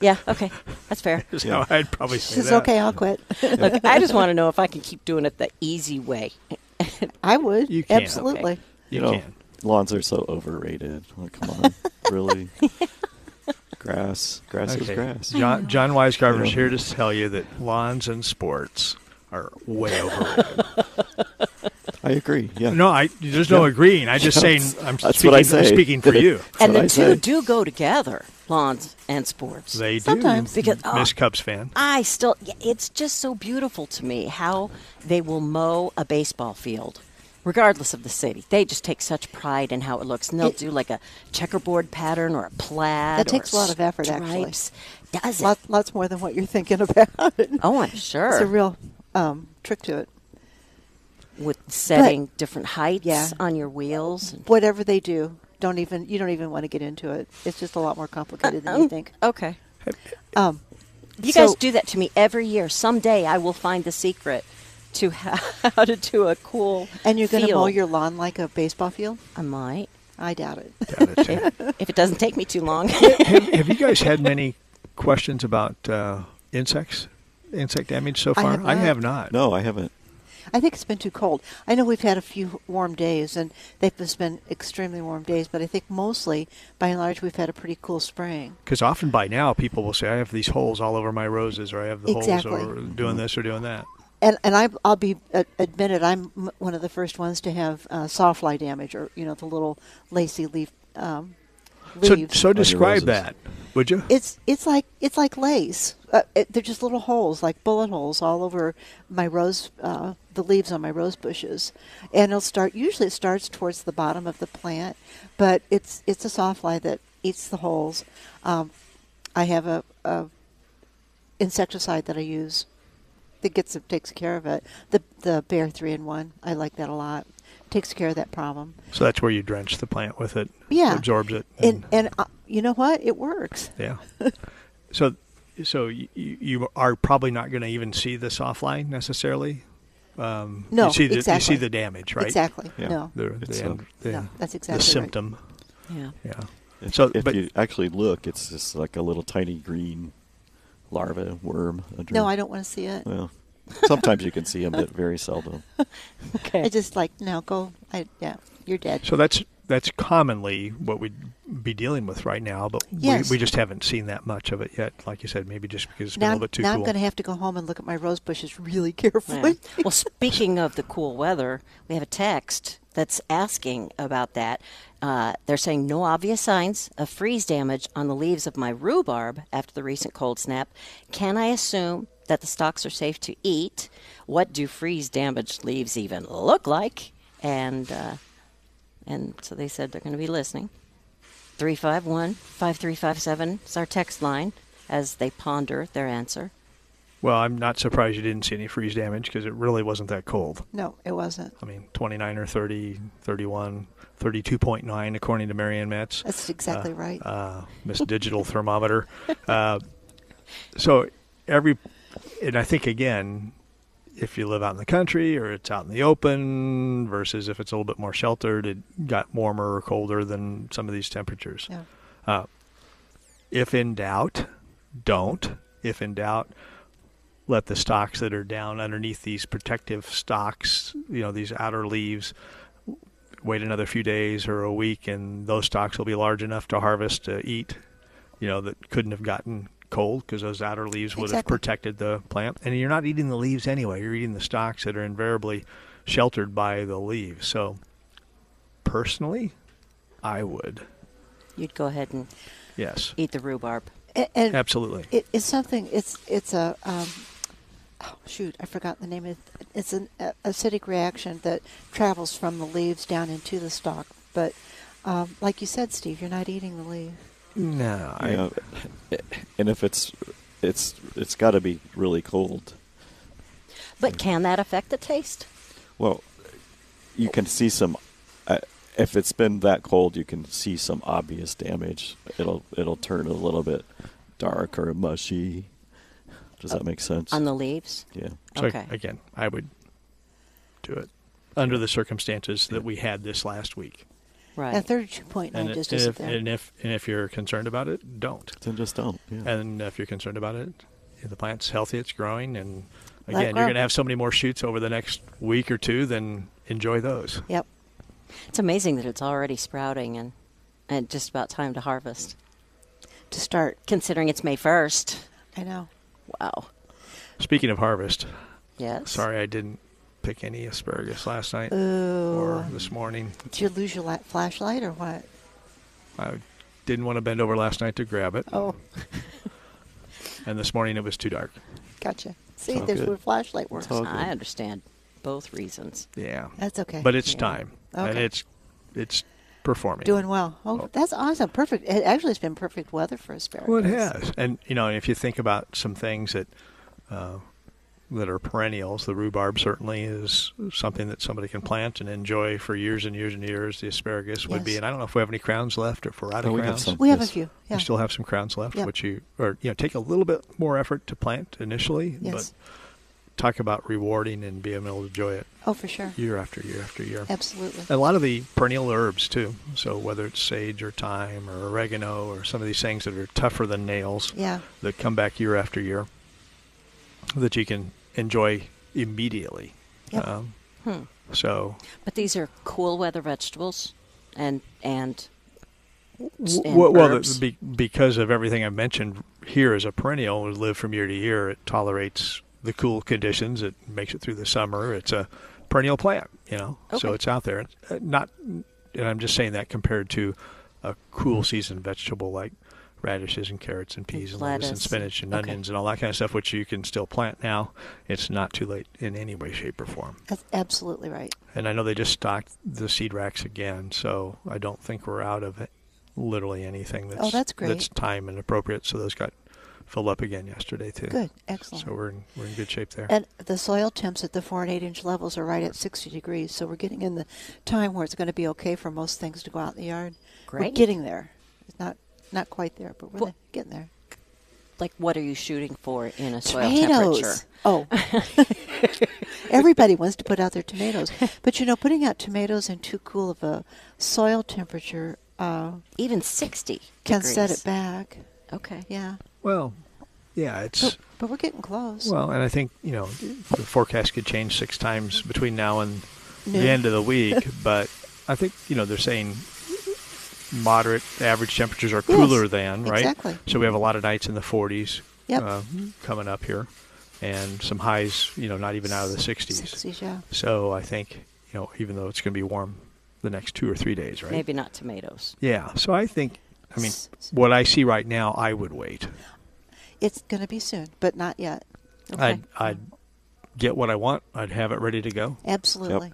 [SPEAKER 1] yeah, okay, that's fair.
[SPEAKER 3] Is
[SPEAKER 4] Yeah.
[SPEAKER 3] how I'd probably say
[SPEAKER 2] It's
[SPEAKER 3] that.
[SPEAKER 2] okay. I'll quit.
[SPEAKER 1] Look, I just want to know if I can keep doing it the easy way.
[SPEAKER 2] I would.
[SPEAKER 3] You can.
[SPEAKER 2] Absolutely.
[SPEAKER 3] You,
[SPEAKER 4] You, know,
[SPEAKER 3] can.
[SPEAKER 4] lawns are so overrated. Like, come on, really? Grass, grass is grass.
[SPEAKER 3] John, John Weisgarver's
[SPEAKER 4] Yeah.
[SPEAKER 3] here to tell you that lawns and sports are way overrated.
[SPEAKER 4] I agree. Yeah.
[SPEAKER 3] no, I there's no
[SPEAKER 4] Yeah.
[SPEAKER 3] agreeing. I just saying
[SPEAKER 4] That's-
[SPEAKER 3] I'm
[SPEAKER 4] that's
[SPEAKER 3] speaking,
[SPEAKER 4] what I
[SPEAKER 3] I'm
[SPEAKER 4] say.
[SPEAKER 3] speaking for you.
[SPEAKER 1] And the
[SPEAKER 4] what
[SPEAKER 1] two
[SPEAKER 4] I say.
[SPEAKER 1] do go together, lawns and sports.
[SPEAKER 3] They
[SPEAKER 2] Sometimes.
[SPEAKER 3] do.
[SPEAKER 1] Because- oh.
[SPEAKER 3] Miss Cubs fan.
[SPEAKER 1] I still, y- it's just so beautiful to me how they will mow a baseball field, regardless of the city. They just take such pride in how it looks, and they'll
[SPEAKER 2] It-
[SPEAKER 1] do like a checkerboard pattern or a plaid.
[SPEAKER 2] That takes a lot of effort, actually.
[SPEAKER 1] actually. Does it?
[SPEAKER 2] Lot, lots more than what you're thinking about.
[SPEAKER 1] oh, I'm sure.
[SPEAKER 2] It's a real um, trick to it.
[SPEAKER 1] With setting different heights
[SPEAKER 2] Yeah.
[SPEAKER 1] on your wheels. and-
[SPEAKER 2] Whatever they do, don't even you don't even want to get into it. It's just a lot more complicated than you think.
[SPEAKER 1] Okay.
[SPEAKER 2] Um,
[SPEAKER 1] You
[SPEAKER 2] So-
[SPEAKER 1] guys do that to me every year. Someday I will find the secret to how, how to do a cool.
[SPEAKER 2] and you're going to mow
[SPEAKER 1] field.
[SPEAKER 2] your lawn like a baseball field?
[SPEAKER 1] I might,
[SPEAKER 2] I doubt it.
[SPEAKER 3] Got it, too.
[SPEAKER 1] if it doesn't take me too long.
[SPEAKER 3] have, have you guys had many questions about uh, insects, insect damage so
[SPEAKER 2] I
[SPEAKER 3] far?
[SPEAKER 2] have
[SPEAKER 3] I
[SPEAKER 2] not.
[SPEAKER 3] have not.
[SPEAKER 4] No, I haven't.
[SPEAKER 2] I think it's been too cold. I know we've had a few warm days, and they've just been extremely warm days. But I think mostly, by and large, we've had a pretty cool spring.
[SPEAKER 3] Because often by now people will say, "I have these holes all over my roses," or "I have the
[SPEAKER 2] Exactly.
[SPEAKER 3] holes over doing this or doing that."
[SPEAKER 2] And and I, I'll be uh, admitted, I'm m- one of the first ones to have uh, sawfly damage, or you know, the little lacy leaf um, leaves.
[SPEAKER 3] So, so describe
[SPEAKER 4] roses.
[SPEAKER 3] that, would you?
[SPEAKER 2] it's it's like it's like lace. Uh, it, they're just little holes, like bullet holes, all over my rose, uh, the leaves on my rose bushes, and it'll start. Usually, it starts towards the bottom of the plant, but it's it's a sawfly that eats the holes. Um, I have a, a insecticide that I use that gets it takes care of it. The the Bear three in one. I like that a lot. Takes care of that problem.
[SPEAKER 3] so that's where you drench the plant with it.
[SPEAKER 2] Yeah.
[SPEAKER 3] absorbs it.
[SPEAKER 2] And and uh, you know what? It works.
[SPEAKER 3] yeah. so, so you, you are probably not going to even see the soft line necessarily. Um,
[SPEAKER 2] No,
[SPEAKER 3] you see the, You
[SPEAKER 2] exactly.
[SPEAKER 3] see the damage, right?
[SPEAKER 2] Exactly.
[SPEAKER 4] Yeah.
[SPEAKER 2] No.
[SPEAKER 3] The, the,
[SPEAKER 4] It's,
[SPEAKER 3] end-
[SPEAKER 4] uh,
[SPEAKER 3] the,
[SPEAKER 2] No, that's
[SPEAKER 3] the
[SPEAKER 2] exactly right.
[SPEAKER 3] symptom.
[SPEAKER 1] yeah.
[SPEAKER 3] Yeah.
[SPEAKER 4] If,
[SPEAKER 3] So,
[SPEAKER 4] if
[SPEAKER 3] but-
[SPEAKER 4] you actually look, it's just like a little tiny green larva worm. Under
[SPEAKER 2] No, I don't want to see it.
[SPEAKER 4] Well, sometimes you can see them, but very seldom.
[SPEAKER 1] Okay.
[SPEAKER 2] I just like no go. I yeah, you're dead.
[SPEAKER 3] So that's that's commonly what we'd be dealing with right now, but
[SPEAKER 2] Yes.
[SPEAKER 3] we, we just haven't seen that much of it yet. Like you said, maybe just because it's been
[SPEAKER 2] now
[SPEAKER 3] a little bit too
[SPEAKER 2] now I'm
[SPEAKER 3] cool.
[SPEAKER 2] going to have to go home and look at my rose bushes really
[SPEAKER 1] Yeah.
[SPEAKER 2] carefully.
[SPEAKER 1] well, speaking of the cool weather, we have a text that's asking about that. Uh, they're saying no obvious signs of freeze damage on the leaves of my rhubarb after the recent cold snap. Can I assume that the stalks are safe to eat? What do freeze damaged leaves even look like? And uh, and so they said they're going to be listening. 351 5357 is our text line as they ponder their answer.
[SPEAKER 3] well, I'm not surprised you didn't see any freeze damage because it really wasn't that cold.
[SPEAKER 2] No, it wasn't.
[SPEAKER 3] I mean, 29 or 30, 31, 32.9 according to Marianne Metz.
[SPEAKER 2] That's exactly right.
[SPEAKER 3] uh, Miss Digital Thermometer. Uh, so every, and I think again, if you live out in the country or it's out in the open versus if it's a little bit more sheltered, it got warmer or colder than some of these temperatures.
[SPEAKER 2] yeah.
[SPEAKER 3] Uh, If in doubt, don't. If in doubt, let the stocks that are down underneath these protective stocks, you know, these outer leaves, wait another few days or a week, and those stocks will be large enough to harvest to eat, you know, that couldn't have gotten cold because those outer leaves would have
[SPEAKER 2] Exactly.
[SPEAKER 3] protected the plant. And you're not eating the leaves anyway, you're eating the stocks that are invariably sheltered by the leaves. So, personally, I would.
[SPEAKER 1] You'd go ahead and
[SPEAKER 3] Yes,
[SPEAKER 1] eat the rhubarb.
[SPEAKER 2] And, and
[SPEAKER 3] absolutely.
[SPEAKER 2] it, it's something. It's it's a um, oh shoot, I forgot the name of. it. It's an a- acidic reaction that travels from the leaves down into the stalk. But um, like you said, Steve, you're not eating the leaf.
[SPEAKER 3] No, I,
[SPEAKER 4] You know, and if it's it's it's got to be really cold.
[SPEAKER 1] But can that affect the taste?
[SPEAKER 4] Well, you can see some. Uh, if it's been that cold, you can see some obvious damage. It'll it'll turn a little bit dark or mushy. Does that make sense?
[SPEAKER 1] On the lease?
[SPEAKER 4] yeah.
[SPEAKER 3] So
[SPEAKER 1] Okay.
[SPEAKER 3] again, I would do it under the circumstances that we had this last week.
[SPEAKER 1] Right.
[SPEAKER 2] That thirty-two point nine
[SPEAKER 3] it-
[SPEAKER 2] just
[SPEAKER 3] if,
[SPEAKER 2] isn't there.
[SPEAKER 3] and if and if you're concerned about it, don't.
[SPEAKER 4] Then just don't. Yeah.
[SPEAKER 3] And if you're concerned about it, if the plant's healthy, it's growing, and
[SPEAKER 2] Let it
[SPEAKER 3] again,
[SPEAKER 2] grow.
[SPEAKER 3] you're going to have so many more shoots over the next week or two. Then enjoy those.
[SPEAKER 2] Yep.
[SPEAKER 1] it's amazing that it's already sprouting and, and just about time to harvest,
[SPEAKER 2] To start,
[SPEAKER 1] considering it's May 1st.
[SPEAKER 2] I know.
[SPEAKER 1] Wow.
[SPEAKER 3] Speaking of harvest,
[SPEAKER 1] Yes.
[SPEAKER 3] sorry I didn't pick any asparagus last night
[SPEAKER 2] Ooh.
[SPEAKER 3] or this morning.
[SPEAKER 2] Did you lose your light, flashlight or what?
[SPEAKER 3] I didn't want to bend over last night to grab it,
[SPEAKER 2] Oh,
[SPEAKER 3] and this morning it was too dark.
[SPEAKER 2] gotcha. See,
[SPEAKER 4] all
[SPEAKER 2] there's
[SPEAKER 4] good.
[SPEAKER 2] where flashlight works.
[SPEAKER 4] all-
[SPEAKER 1] I understand both reasons.
[SPEAKER 3] Yeah,
[SPEAKER 2] That's okay.
[SPEAKER 3] but it's
[SPEAKER 1] Yeah.
[SPEAKER 3] time, and
[SPEAKER 2] Okay.
[SPEAKER 3] it's it's performing.
[SPEAKER 2] doing well. Oh, that's awesome. Perfect. It actually has been perfect weather for asparagus.
[SPEAKER 3] Well, it has, and you know, if you think about some things that uh, that are perennials, the rhubarb certainly is something that somebody can plant and enjoy for years and years and years. The asparagus would be,
[SPEAKER 2] Yes.
[SPEAKER 3] and I don't know if we have any crowns left or if we're out of
[SPEAKER 4] Oh, we have
[SPEAKER 3] crowns.
[SPEAKER 4] some.
[SPEAKER 2] We have a
[SPEAKER 4] Yes.
[SPEAKER 2] few. Yeah.
[SPEAKER 3] We still have some crowns left,
[SPEAKER 2] Yeah.
[SPEAKER 3] which you or you know take a little bit more effort to plant initially,
[SPEAKER 2] yes.
[SPEAKER 3] but talk about rewarding and being able to enjoy it
[SPEAKER 2] Oh, for sure.
[SPEAKER 3] year after year after year.
[SPEAKER 2] Absolutely.
[SPEAKER 3] A lot of the perennial herbs too. So whether it's sage or thyme or oregano or some of these things that are tougher than nails
[SPEAKER 2] Yeah.
[SPEAKER 3] that come back year after year that you can enjoy immediately.
[SPEAKER 2] Yep.
[SPEAKER 3] Um,
[SPEAKER 1] Hmm.
[SPEAKER 3] so
[SPEAKER 1] But these are cool weather vegetables and and and
[SPEAKER 3] well, well
[SPEAKER 1] herbs.
[SPEAKER 3] the, be, because of everything I mentioned here as a perennial, we live from year to year. It tolerates the cool conditions. It makes it through the summer. It's a perennial plant, you know. So
[SPEAKER 1] Okay.
[SPEAKER 3] it's out there. It's, uh, Not, and I'm just saying that compared to a cool season vegetable like radishes and carrots and peas and lettuce and
[SPEAKER 1] lettuce.
[SPEAKER 3] spinach and
[SPEAKER 1] Okay.
[SPEAKER 3] onions and all that kind of stuff, which you can still plant now. It's not too late in any way, shape, or form.
[SPEAKER 2] That's absolutely right.
[SPEAKER 3] And I know they just stocked the seed racks again, so I don't think we're out of it, literally anything that's
[SPEAKER 2] Oh, that's great.
[SPEAKER 3] time and appropriate. So those got filled up again yesterday too.
[SPEAKER 2] Good. Excellent.
[SPEAKER 3] So we're in, we're in good shape there.
[SPEAKER 2] and the soil temps at the four and eight inch levels are right at 60 degrees. So we're getting in the time where it's going to be okay for most things to go out in the yard. We're
[SPEAKER 1] Great.
[SPEAKER 2] getting there. It's not, not quite there, but we're
[SPEAKER 1] Well,
[SPEAKER 2] getting there.
[SPEAKER 1] like what are you shooting for in a soil temperature?
[SPEAKER 2] tomatoes. Oh, everybody wants to put out their tomatoes, but you know, putting out tomatoes in too cool of a soil temperature uh,
[SPEAKER 1] Even 60
[SPEAKER 2] can
[SPEAKER 1] degrees.
[SPEAKER 2] set it back.
[SPEAKER 1] Okay.
[SPEAKER 2] Yeah,
[SPEAKER 3] Well, yeah, it's
[SPEAKER 2] but, but we're getting close.
[SPEAKER 3] well, and I think you know the forecast could change six times between now and
[SPEAKER 2] Noon.
[SPEAKER 3] uh, the end of the week, but I think you know they're saying moderate average temperatures are
[SPEAKER 2] Yes,
[SPEAKER 3] cooler than, right?
[SPEAKER 2] exactly.
[SPEAKER 3] So we have a lot of nights in the 40s
[SPEAKER 2] Yep.
[SPEAKER 3] uh, coming up here, and some highs, you know, not even out of the 60s.
[SPEAKER 2] 60s, yeah.
[SPEAKER 3] So I think, you know, even though it's going to be warm the next two or three days, right?
[SPEAKER 1] Maybe not tomatoes.
[SPEAKER 3] Yeah. So I think, I mean,
[SPEAKER 2] S- s-
[SPEAKER 3] what I see right now, I would wait.
[SPEAKER 2] It's going to be soon, but not yet.
[SPEAKER 3] I'd, I'd get what I want. I'd have it ready to go,
[SPEAKER 2] Absolutely.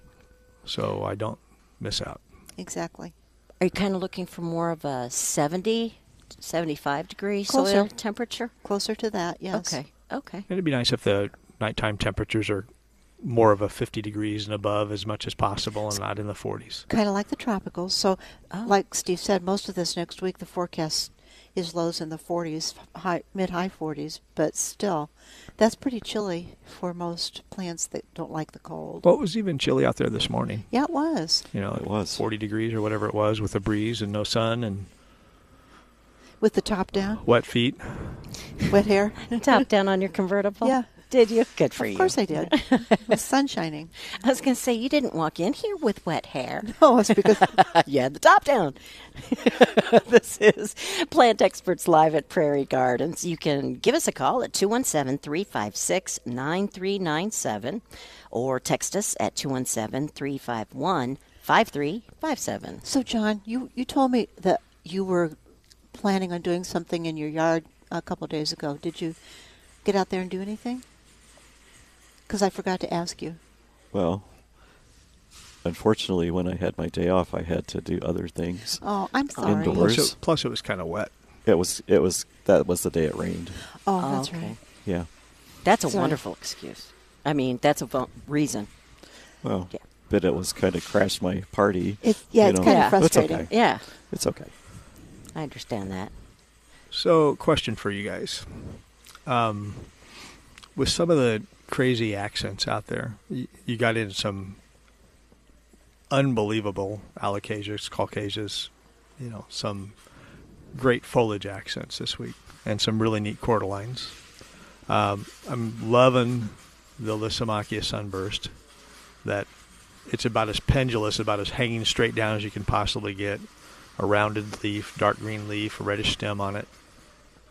[SPEAKER 3] so I don't miss out.
[SPEAKER 2] Exactly.
[SPEAKER 1] Are you kind of looking for more of a 70, 75 degree
[SPEAKER 2] Closer.
[SPEAKER 1] soil temperature?
[SPEAKER 2] Closer to that, yes.
[SPEAKER 1] Okay. Okay.
[SPEAKER 3] It'd be nice if the nighttime temperatures are more of a 50 degrees and above as much as possible and not in the 40s.
[SPEAKER 2] Kind of like the tropicals. So,
[SPEAKER 1] Oh.
[SPEAKER 2] like Steve said, most of this next week, the forecast is lows in the 40s, high, mid high 40s, but still, that's pretty chilly for most plants that don't like the cold.
[SPEAKER 3] Well, it was even chilly out there this morning.
[SPEAKER 2] yeah, it was.
[SPEAKER 3] You know,
[SPEAKER 4] It was.
[SPEAKER 3] 40 degrees or whatever it was with a breeze and no sun and
[SPEAKER 2] With the top down,
[SPEAKER 3] wet feet.
[SPEAKER 2] wet hair.
[SPEAKER 1] Top down on your convertible?
[SPEAKER 2] Yeah.
[SPEAKER 1] Did you? Good for you.
[SPEAKER 2] Of course I did. With sun shining.
[SPEAKER 1] I was going to say, you didn't walk in here with wet hair.
[SPEAKER 2] Oh, it's because
[SPEAKER 1] you had the top down. this is Plant Experts Live at Prairie Gardens. You can give us a call at 217 356 9397 or text us at 217 351 5357.
[SPEAKER 2] So, John, you, you told me that you were planning on doing something in your yard a couple of days ago. Did you get out there and do anything? Because I forgot to ask you.
[SPEAKER 4] Well, unfortunately, when I had my day off, I had to do other things.
[SPEAKER 2] Oh, I'm sorry.
[SPEAKER 4] Indoors.
[SPEAKER 3] Plus it, plus, it was kind of wet.
[SPEAKER 4] It was it was that was the day it rained.
[SPEAKER 2] Oh, that's
[SPEAKER 1] Okay.
[SPEAKER 2] right.
[SPEAKER 4] Yeah.
[SPEAKER 1] That's a
[SPEAKER 2] Sorry.
[SPEAKER 1] wonderful excuse. I mean, that's a vo- reason.
[SPEAKER 4] Well,
[SPEAKER 1] Yeah.
[SPEAKER 4] but it was kind of crashed my party.
[SPEAKER 2] It's, yeah,
[SPEAKER 4] you
[SPEAKER 2] it's
[SPEAKER 4] know.
[SPEAKER 2] kind
[SPEAKER 1] Yeah.
[SPEAKER 2] of frustrating.
[SPEAKER 4] It's okay.
[SPEAKER 1] Yeah,
[SPEAKER 4] It's okay.
[SPEAKER 1] I understand that.
[SPEAKER 3] So, question for you guys. Um, with some of the crazy accents out there, you, you got into some unbelievable Alocasias, Caucasias, you know, some great foliage accents this week, and some really neat quarter lines. Um, I'm loving the Lysimachia sunburst. That it's about as pendulous, about as hanging straight down as you can possibly get. A rounded leaf, dark green leaf, a reddish stem on it.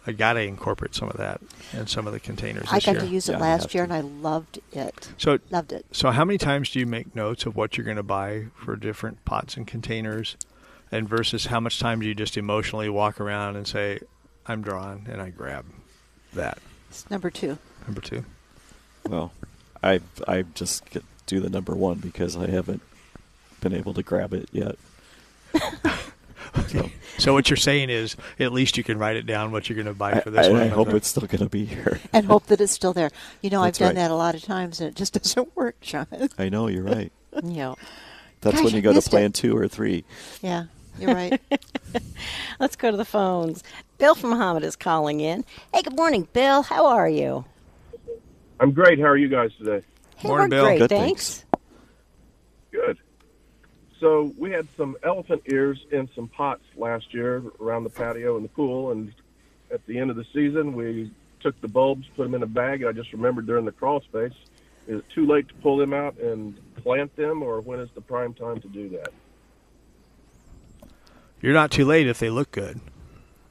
[SPEAKER 3] I gotta incorporate some of that in some of the containers
[SPEAKER 2] I
[SPEAKER 3] this
[SPEAKER 2] got
[SPEAKER 3] year.
[SPEAKER 2] to use it
[SPEAKER 4] Yeah, you
[SPEAKER 2] last
[SPEAKER 4] have
[SPEAKER 2] year and
[SPEAKER 4] to.
[SPEAKER 2] I loved it.
[SPEAKER 3] so
[SPEAKER 2] Loved it.
[SPEAKER 3] so, how many times do you make notes of what you're going to buy for different pots and containers, and versus how much time do you just emotionally walk around and say, "I'm drawn and I grab that."
[SPEAKER 2] It's number two.
[SPEAKER 3] Number two.
[SPEAKER 4] Well, I I just get, do the number one because I haven't been able to grab it yet. So,
[SPEAKER 3] So what you're saying is, at least you can write it down what you're going to buy
[SPEAKER 4] I,
[SPEAKER 3] for this
[SPEAKER 4] I-
[SPEAKER 3] one.
[SPEAKER 4] I hope it's still going to be here.
[SPEAKER 2] And hope that it's still there. You know, I've
[SPEAKER 4] That's
[SPEAKER 2] done
[SPEAKER 4] right.
[SPEAKER 2] that a lot of times and it just doesn't work, John.
[SPEAKER 4] I know you're right.
[SPEAKER 1] You know,
[SPEAKER 4] That's
[SPEAKER 2] Gosh,
[SPEAKER 4] when
[SPEAKER 2] I
[SPEAKER 4] you go to
[SPEAKER 2] missed it.
[SPEAKER 4] plan two or three.
[SPEAKER 2] yeah, you're right.
[SPEAKER 1] let's go to the phones. Bill from Muhammad is calling in. Hey, good morning, Bill. How are you?
[SPEAKER 5] I'm great. How are you guys today?
[SPEAKER 1] Hey,
[SPEAKER 3] Morning,
[SPEAKER 1] we're
[SPEAKER 3] Bill.
[SPEAKER 1] great,
[SPEAKER 4] Good,
[SPEAKER 1] thanks.
[SPEAKER 4] thanks.
[SPEAKER 5] Good. So we had some elephant ears in some pots last year around the patio and the pool, and at the end of the season, we took the bulbs, put them in a bag. I just remembered they're in the crawl space. Is it too late to pull them out and plant them, or when is the prime time to do that?
[SPEAKER 3] You're not too late if they look good.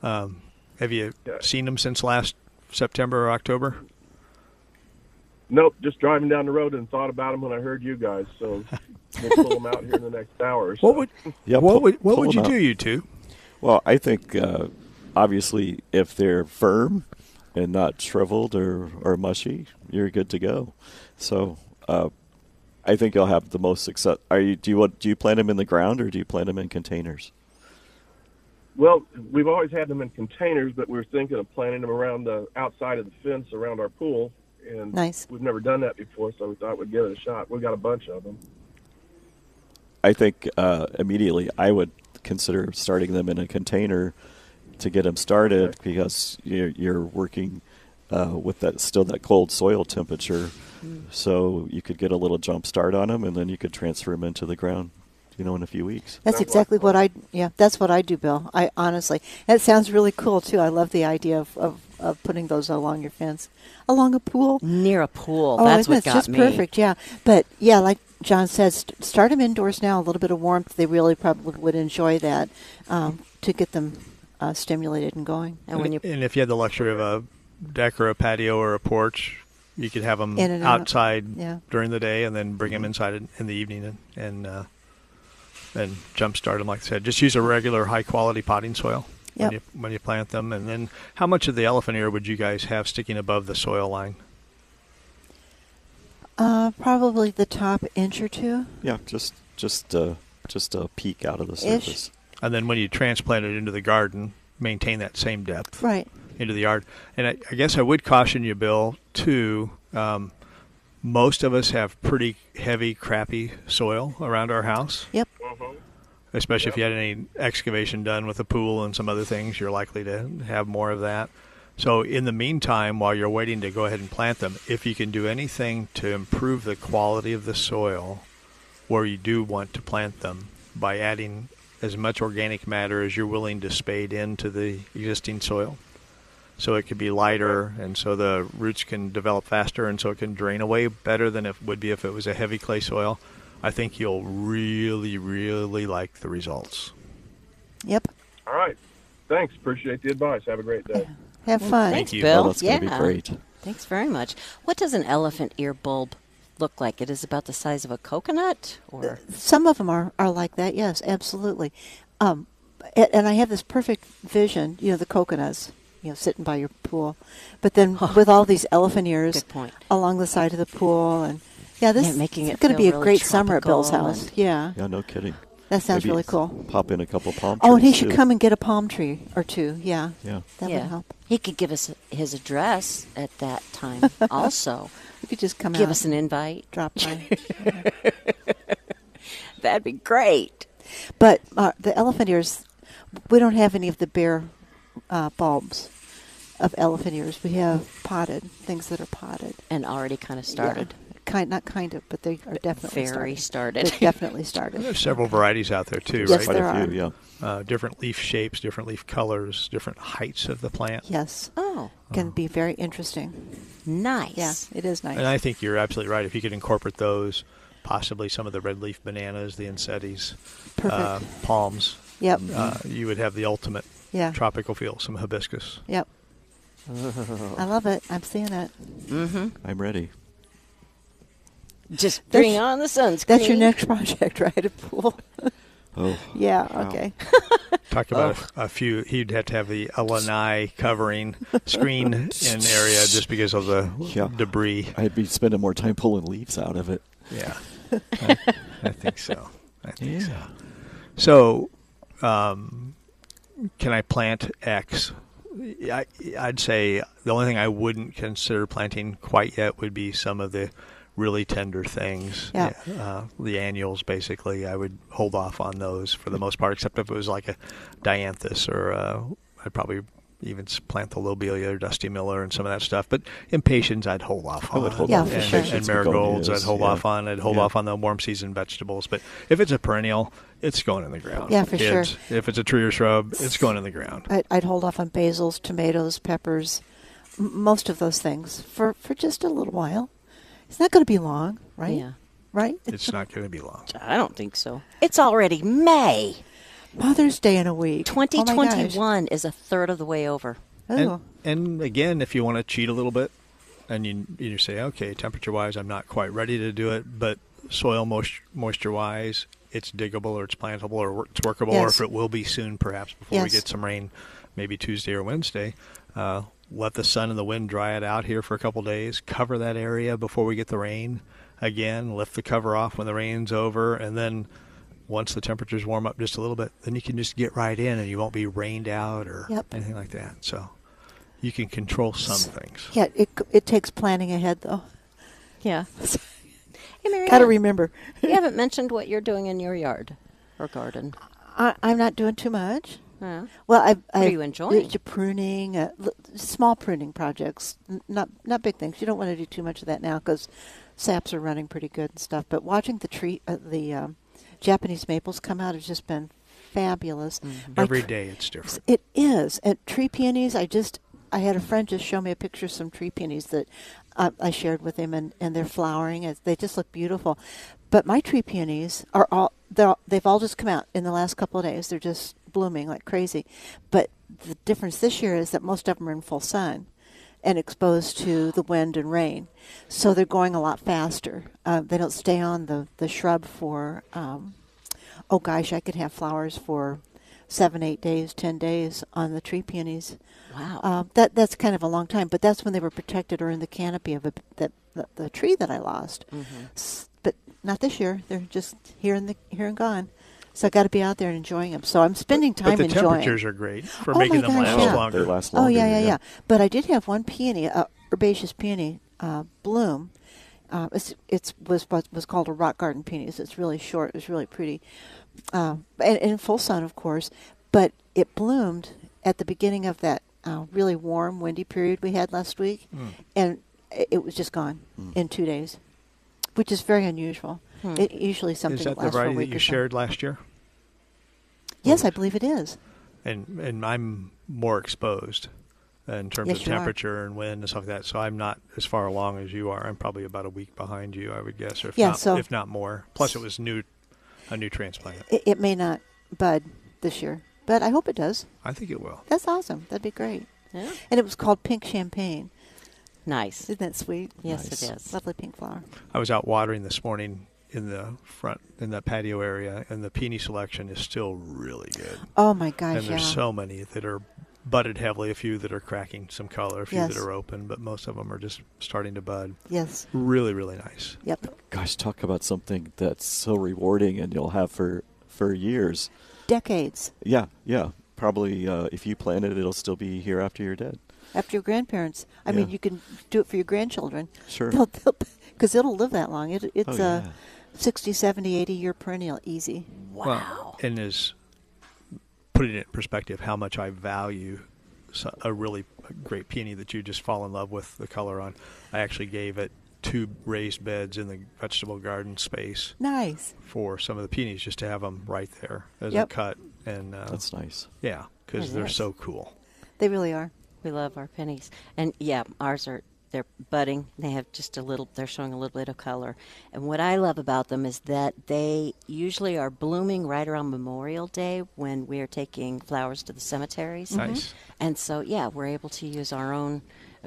[SPEAKER 3] Um, have you
[SPEAKER 5] Yeah.
[SPEAKER 3] seen them since last September or October?
[SPEAKER 5] Nope, just driving down the road and thought about them when I heard you guys. So we'll pull them out here in the next hour. Or so.
[SPEAKER 3] What would
[SPEAKER 4] Yeah,
[SPEAKER 3] what
[SPEAKER 4] pull-
[SPEAKER 3] would what
[SPEAKER 4] pull
[SPEAKER 3] would you
[SPEAKER 4] 'em
[SPEAKER 3] do,
[SPEAKER 4] out.
[SPEAKER 3] you two?
[SPEAKER 4] Well, I think uh, obviously if they're firm and not shriveled or, or mushy, you're good to go. So uh, I think you'll have the most success. Are you? Do you want? Do you plant them in the ground or do you plant them in containers?
[SPEAKER 5] Well, we've always had them in containers, but we were thinking of planting them around the outside of the fence around our pool. And
[SPEAKER 2] Nice.
[SPEAKER 5] We've never done that before, so we thought we'd give it a shot. We got a bunch of them.
[SPEAKER 4] I think uh, immediately I would consider starting them in a container to get them started because you're, you're working uh, with that still that cold soil temperature,
[SPEAKER 2] Mm.
[SPEAKER 4] so you could get a little jump start on them, and then you could transfer them into the ground, you know, in a few weeks.
[SPEAKER 2] That's
[SPEAKER 5] Sounds like
[SPEAKER 2] exactly what
[SPEAKER 5] fun.
[SPEAKER 2] I yeah. That's what I do, Bill. I honestly, that sounds really cool too. I love the idea of, of, of putting those along your fence, along a pool.
[SPEAKER 1] Near a pool.
[SPEAKER 2] oh,
[SPEAKER 1] That's
[SPEAKER 2] isn't
[SPEAKER 1] what
[SPEAKER 2] it
[SPEAKER 1] got
[SPEAKER 2] just
[SPEAKER 1] me.
[SPEAKER 2] perfect? Yeah, but yeah, like John said, st- start them indoors now. A little bit of warmth, they really probably would enjoy that um, to get them uh, stimulated and going.
[SPEAKER 1] And when you
[SPEAKER 3] And if you had the luxury of a deck or a patio or a porch, you could have them
[SPEAKER 2] In and out.
[SPEAKER 3] outside
[SPEAKER 2] Yeah. Mm-hmm.
[SPEAKER 3] during the day and then bring them inside in, in the evening and and, uh, and jump start them. Like I said, just use a regular high quality potting soil
[SPEAKER 2] Yep.
[SPEAKER 3] when you when you plant them. And then, how much of the elephant ear would you guys have sticking above the soil line?
[SPEAKER 2] uh, probably the top inch or two.
[SPEAKER 4] Yeah, just just uh, just a peek out of the surface.
[SPEAKER 3] And then when you transplant it into the garden, maintain that same depth.
[SPEAKER 2] Right.
[SPEAKER 3] into the yard. And I, I guess I would caution you, Bill, too. Um, most of us have pretty heavy, crappy soil around our house,
[SPEAKER 2] Yep.
[SPEAKER 3] especially if you had any excavation done with a pool and some other things, you're likely to have more of that. So, in the meantime, while you're waiting to go ahead and plant them, if you can do anything to improve the quality of the soil where you do want to plant them by adding as much organic matter as you're willing to spade into the existing soil, so it could be lighter and so the roots can develop faster and so it can drain away better than it would be if it was a heavy clay soil. I think you'll really, really like the results.
[SPEAKER 2] Yep.
[SPEAKER 5] All right. Thanks. Appreciate the advice. Have a great day.
[SPEAKER 2] Have fun.
[SPEAKER 1] Thanks,
[SPEAKER 3] you.
[SPEAKER 1] Bill.
[SPEAKER 4] Oh, that's
[SPEAKER 1] yeah.
[SPEAKER 4] gonna be great.
[SPEAKER 1] Thanks very much. What does an elephant ear bulb look like? It is about the size of a coconut, or
[SPEAKER 2] Some of them are, are like that. Yes, absolutely. Um, and, and I have this perfect vision. You know, the coconuts. You know, sitting by your pool, but then with all these elephant ears
[SPEAKER 1] Good point.
[SPEAKER 2] along the side of the pool, and yeah, this
[SPEAKER 1] Yeah, making
[SPEAKER 2] is
[SPEAKER 1] it
[SPEAKER 2] going to
[SPEAKER 1] feel
[SPEAKER 2] be a
[SPEAKER 1] really
[SPEAKER 2] great summer at Bill's
[SPEAKER 1] tropical
[SPEAKER 2] house.
[SPEAKER 1] and-
[SPEAKER 2] Yeah.
[SPEAKER 4] Yeah, no kidding.
[SPEAKER 2] That sounds
[SPEAKER 4] Maybe
[SPEAKER 2] really cool.
[SPEAKER 4] Pop in a couple palm trees.
[SPEAKER 2] Oh, and he should
[SPEAKER 4] too.
[SPEAKER 2] come and get a palm tree or two. Yeah.
[SPEAKER 4] Yeah.
[SPEAKER 2] That would help.
[SPEAKER 1] he could give us his address at that time. also,
[SPEAKER 2] You could just come
[SPEAKER 1] give
[SPEAKER 2] out,
[SPEAKER 1] us an invite.
[SPEAKER 2] drop by.
[SPEAKER 1] That'd be great.
[SPEAKER 2] but uh, the elephant ears, we don't have any of the bare uh, bulbs of elephant ears. We have potted things that are potted.
[SPEAKER 1] And already kind of started.
[SPEAKER 2] Yeah. Kind, not kind of, but they are definitely
[SPEAKER 1] Very
[SPEAKER 2] started.
[SPEAKER 1] started.
[SPEAKER 2] They definitely started.
[SPEAKER 3] There's several varieties out there too,
[SPEAKER 2] Yes,
[SPEAKER 3] right?
[SPEAKER 4] Quite a
[SPEAKER 2] there
[SPEAKER 4] few,
[SPEAKER 2] are.
[SPEAKER 4] yeah.
[SPEAKER 3] Uh, different leaf shapes, different leaf colors, different heights of the plant.
[SPEAKER 2] Yes,
[SPEAKER 1] Oh,
[SPEAKER 2] can be very interesting.
[SPEAKER 1] nice.
[SPEAKER 2] Yeah, it is nice.
[SPEAKER 3] And I think you're absolutely right. If you could incorporate those, possibly some of the red leaf bananas, the insettis, uh,
[SPEAKER 2] Perfect.
[SPEAKER 3] palms,
[SPEAKER 2] yep.
[SPEAKER 3] uh, you would have the ultimate
[SPEAKER 2] Yeah.
[SPEAKER 3] tropical feel. Some hibiscus.
[SPEAKER 2] Yep. I love it. I'm seeing it.
[SPEAKER 1] Mm-hmm.
[SPEAKER 4] I'm ready.
[SPEAKER 1] Just
[SPEAKER 2] That's-
[SPEAKER 1] bring on the sunscreen.
[SPEAKER 2] That's your next project, right? A pool.
[SPEAKER 4] Oh,
[SPEAKER 2] yeah.
[SPEAKER 4] Wow.
[SPEAKER 2] Okay.
[SPEAKER 3] Talk about a, a few. He'd have to have the lanai covering screen in area just because of the
[SPEAKER 4] Yeah.
[SPEAKER 3] debris.
[SPEAKER 4] I'd be spending more time pulling leaves out of it.
[SPEAKER 3] Yeah, I, I think so. I think so.
[SPEAKER 4] Yeah.
[SPEAKER 3] So, um, can I plant X? I, I'd say the only thing I wouldn't consider planting quite yet would be some of the really tender things.
[SPEAKER 2] Yeah.
[SPEAKER 3] Uh, the annuals, basically, I would hold off on those for the most part, except if it was like a dianthus or uh, I'd probably even s- plant the lobelia or dusty miller and some of that stuff. But impatiens, I'd hold off on.
[SPEAKER 4] I would hold
[SPEAKER 2] Yeah,
[SPEAKER 4] off
[SPEAKER 2] for
[SPEAKER 3] and,
[SPEAKER 2] sure.
[SPEAKER 3] and
[SPEAKER 4] Impatiens,
[SPEAKER 3] marigolds, I'd
[SPEAKER 4] begonias,
[SPEAKER 3] hold
[SPEAKER 4] yeah.
[SPEAKER 3] off on. I'd hold
[SPEAKER 4] Yeah.
[SPEAKER 3] off on the warm season vegetables. But if it's a perennial, it's going in the ground.
[SPEAKER 2] Yeah, for
[SPEAKER 3] It's-
[SPEAKER 2] sure.
[SPEAKER 3] If it's a tree or shrub, it's going in the ground.
[SPEAKER 2] I'd, I'd hold off on basils, tomatoes, peppers, m- most of those things for, for just a little while. It's not going to be long, right?
[SPEAKER 1] Yeah.
[SPEAKER 2] Right?
[SPEAKER 3] It's not going to be long.
[SPEAKER 1] I don't think so. Oh It's already May.
[SPEAKER 2] Mother's Day in a week. Oh my gosh.
[SPEAKER 1] 2021 is a third of the way over.
[SPEAKER 2] Oh,
[SPEAKER 3] And, and again, if you want to cheat a little bit, and you you say, okay, temperature wise, I'm not quite ready to do it, but soil moisture wise, it's diggable or it's plantable or wor- it's workable, or
[SPEAKER 2] Yes.
[SPEAKER 3] if it will be soon, perhaps before we
[SPEAKER 2] Yes.
[SPEAKER 3] get some rain, maybe Tuesday or Wednesday. Uh, let the sun and the wind dry it out here for a couple days. Cover that area before we get the rain again. Lift the cover off when the rain's over, and then once the temperatures warm up just a little bit, then you can just get right in, and you won't be rained out or
[SPEAKER 2] Yep.
[SPEAKER 3] anything like that. So you can control some things.
[SPEAKER 2] yeah, it, c- it takes planning ahead, though.
[SPEAKER 1] Yeah. Hey, Mary.
[SPEAKER 2] Got to
[SPEAKER 1] Ann,
[SPEAKER 2] remember.
[SPEAKER 1] you haven't mentioned what you're doing in your yard or garden.
[SPEAKER 2] I, I'm not doing too much.
[SPEAKER 1] Yeah.
[SPEAKER 2] Well, I, I
[SPEAKER 1] are you enjoying?
[SPEAKER 2] it's a pruning, uh, l- small pruning projects, n- not not big things. You don't want to do too much of that now because saps are running pretty good and stuff. But watching the tree, uh, the um, Japanese maples come out has just been fabulous. My
[SPEAKER 3] Mm-hmm. Every
[SPEAKER 2] tr-
[SPEAKER 3] day it's different.
[SPEAKER 2] it is. And tree peonies, I just I had a friend just show me a picture of some tree peonies that uh, I shared with him, and, and they're flowering. As they just look beautiful. But my tree peonies are all they're, all- they've all just come out in the last couple of days. They're just blooming like crazy. But the difference this year is that most of them are in full sun and exposed to the wind and rain, so they're going a lot faster. Uh, they don't stay on the the shrub for. Um, oh gosh, I could have flowers for seven, eight days, ten days on the tree peonies.
[SPEAKER 1] Wow.
[SPEAKER 2] Uh, that that's kind of a long time, but that's when they were protected or in the canopy of a, that the, the tree that I lost.
[SPEAKER 3] Mm-hmm.
[SPEAKER 2] S- But not this year. They're just here and the here and gone. So I got to be out there and enjoying them. So I'm spending time
[SPEAKER 3] but the
[SPEAKER 2] enjoying.
[SPEAKER 3] temperatures are great for
[SPEAKER 2] Oh
[SPEAKER 3] making
[SPEAKER 2] my
[SPEAKER 3] them
[SPEAKER 2] gosh,
[SPEAKER 3] last
[SPEAKER 2] yeah.
[SPEAKER 3] longer.
[SPEAKER 4] They last
[SPEAKER 2] Oh
[SPEAKER 4] longer.
[SPEAKER 2] yeah, yeah, yeah. But I did have one peony, uh, herbaceous peony uh, bloom. Uh, it's it's was what was called a rock garden peony. So it's really short. It was really pretty, uh, and, and in full sun, of course. But it bloomed at the beginning of that uh, really warm, windy period we had last week,
[SPEAKER 3] Hmm.
[SPEAKER 2] and i- it was just gone in two days, which is very unusual. It usually something
[SPEAKER 3] Is that the
[SPEAKER 2] lasts for a
[SPEAKER 3] variety that
[SPEAKER 2] week
[SPEAKER 3] you
[SPEAKER 2] or so.
[SPEAKER 3] shared last year?
[SPEAKER 2] Yes, I believe it is.
[SPEAKER 3] and and I'm more exposed in terms
[SPEAKER 2] Yes,
[SPEAKER 3] of
[SPEAKER 2] you are.
[SPEAKER 3] temperature and wind and stuff like that. So I'm not as far along as you are. I'm probably about a week behind you, I would guess, or if
[SPEAKER 2] Yeah,
[SPEAKER 3] not,
[SPEAKER 2] so-
[SPEAKER 3] if not more. Plus, it was new, a new transplant.
[SPEAKER 2] It, it may not bud this year, but I hope it does.
[SPEAKER 3] I think it will.
[SPEAKER 2] That's awesome. That'd be great.
[SPEAKER 1] Yeah.
[SPEAKER 2] And it was called pink champagne.
[SPEAKER 1] Nice.
[SPEAKER 2] Isn't that sweet?
[SPEAKER 1] Yes, it
[SPEAKER 4] Nice.
[SPEAKER 1] is.
[SPEAKER 2] Lovely pink flower.
[SPEAKER 3] I was out watering this morning in the front in the patio area, and the peony selection is still really good.
[SPEAKER 2] Oh my gosh!
[SPEAKER 3] and
[SPEAKER 2] yeah.
[SPEAKER 3] there's so many that are budded heavily. A few that are cracking some color. A few
[SPEAKER 2] Yes.
[SPEAKER 3] that are open, but most of them are just starting to bud.
[SPEAKER 2] yes.
[SPEAKER 3] Really, really nice.
[SPEAKER 2] Yep.
[SPEAKER 4] Gosh, talk about something that's so rewarding and you'll have for for years.
[SPEAKER 2] Decades
[SPEAKER 4] Yeah, yeah. Probably uh, if you plant it, it'll still be here after you're dead.
[SPEAKER 2] after your grandparents. I mean,
[SPEAKER 4] Yeah.
[SPEAKER 2] you can do it for your grandchildren.
[SPEAKER 4] Sure.
[SPEAKER 2] They'll, they'll, because it'll live that long. It, it's
[SPEAKER 4] Oh, yeah.
[SPEAKER 2] a 60, 70, 80 year perennial, easy.
[SPEAKER 1] Wow.
[SPEAKER 3] and is putting it in perspective how much I value so- a really great peony that you just fall in love with the color on. I actually gave it two raised beds in the vegetable garden space
[SPEAKER 2] Nice.
[SPEAKER 3] for some of the peonies just to have them right there as
[SPEAKER 2] Yep.
[SPEAKER 3] a cut. And uh,
[SPEAKER 4] That's nice.
[SPEAKER 3] yeah, because
[SPEAKER 1] It
[SPEAKER 3] they're
[SPEAKER 1] is.
[SPEAKER 3] so cool.
[SPEAKER 2] They really are.
[SPEAKER 1] We love our pennies. And yeah, ours are they're budding. They have just a little they're showing a little bit of color. And what I love about them is that they usually are blooming right around Memorial Day when we're taking flowers to the cemeteries.
[SPEAKER 2] Mm-hmm.
[SPEAKER 3] Nice.
[SPEAKER 1] And so yeah, we're able to use our own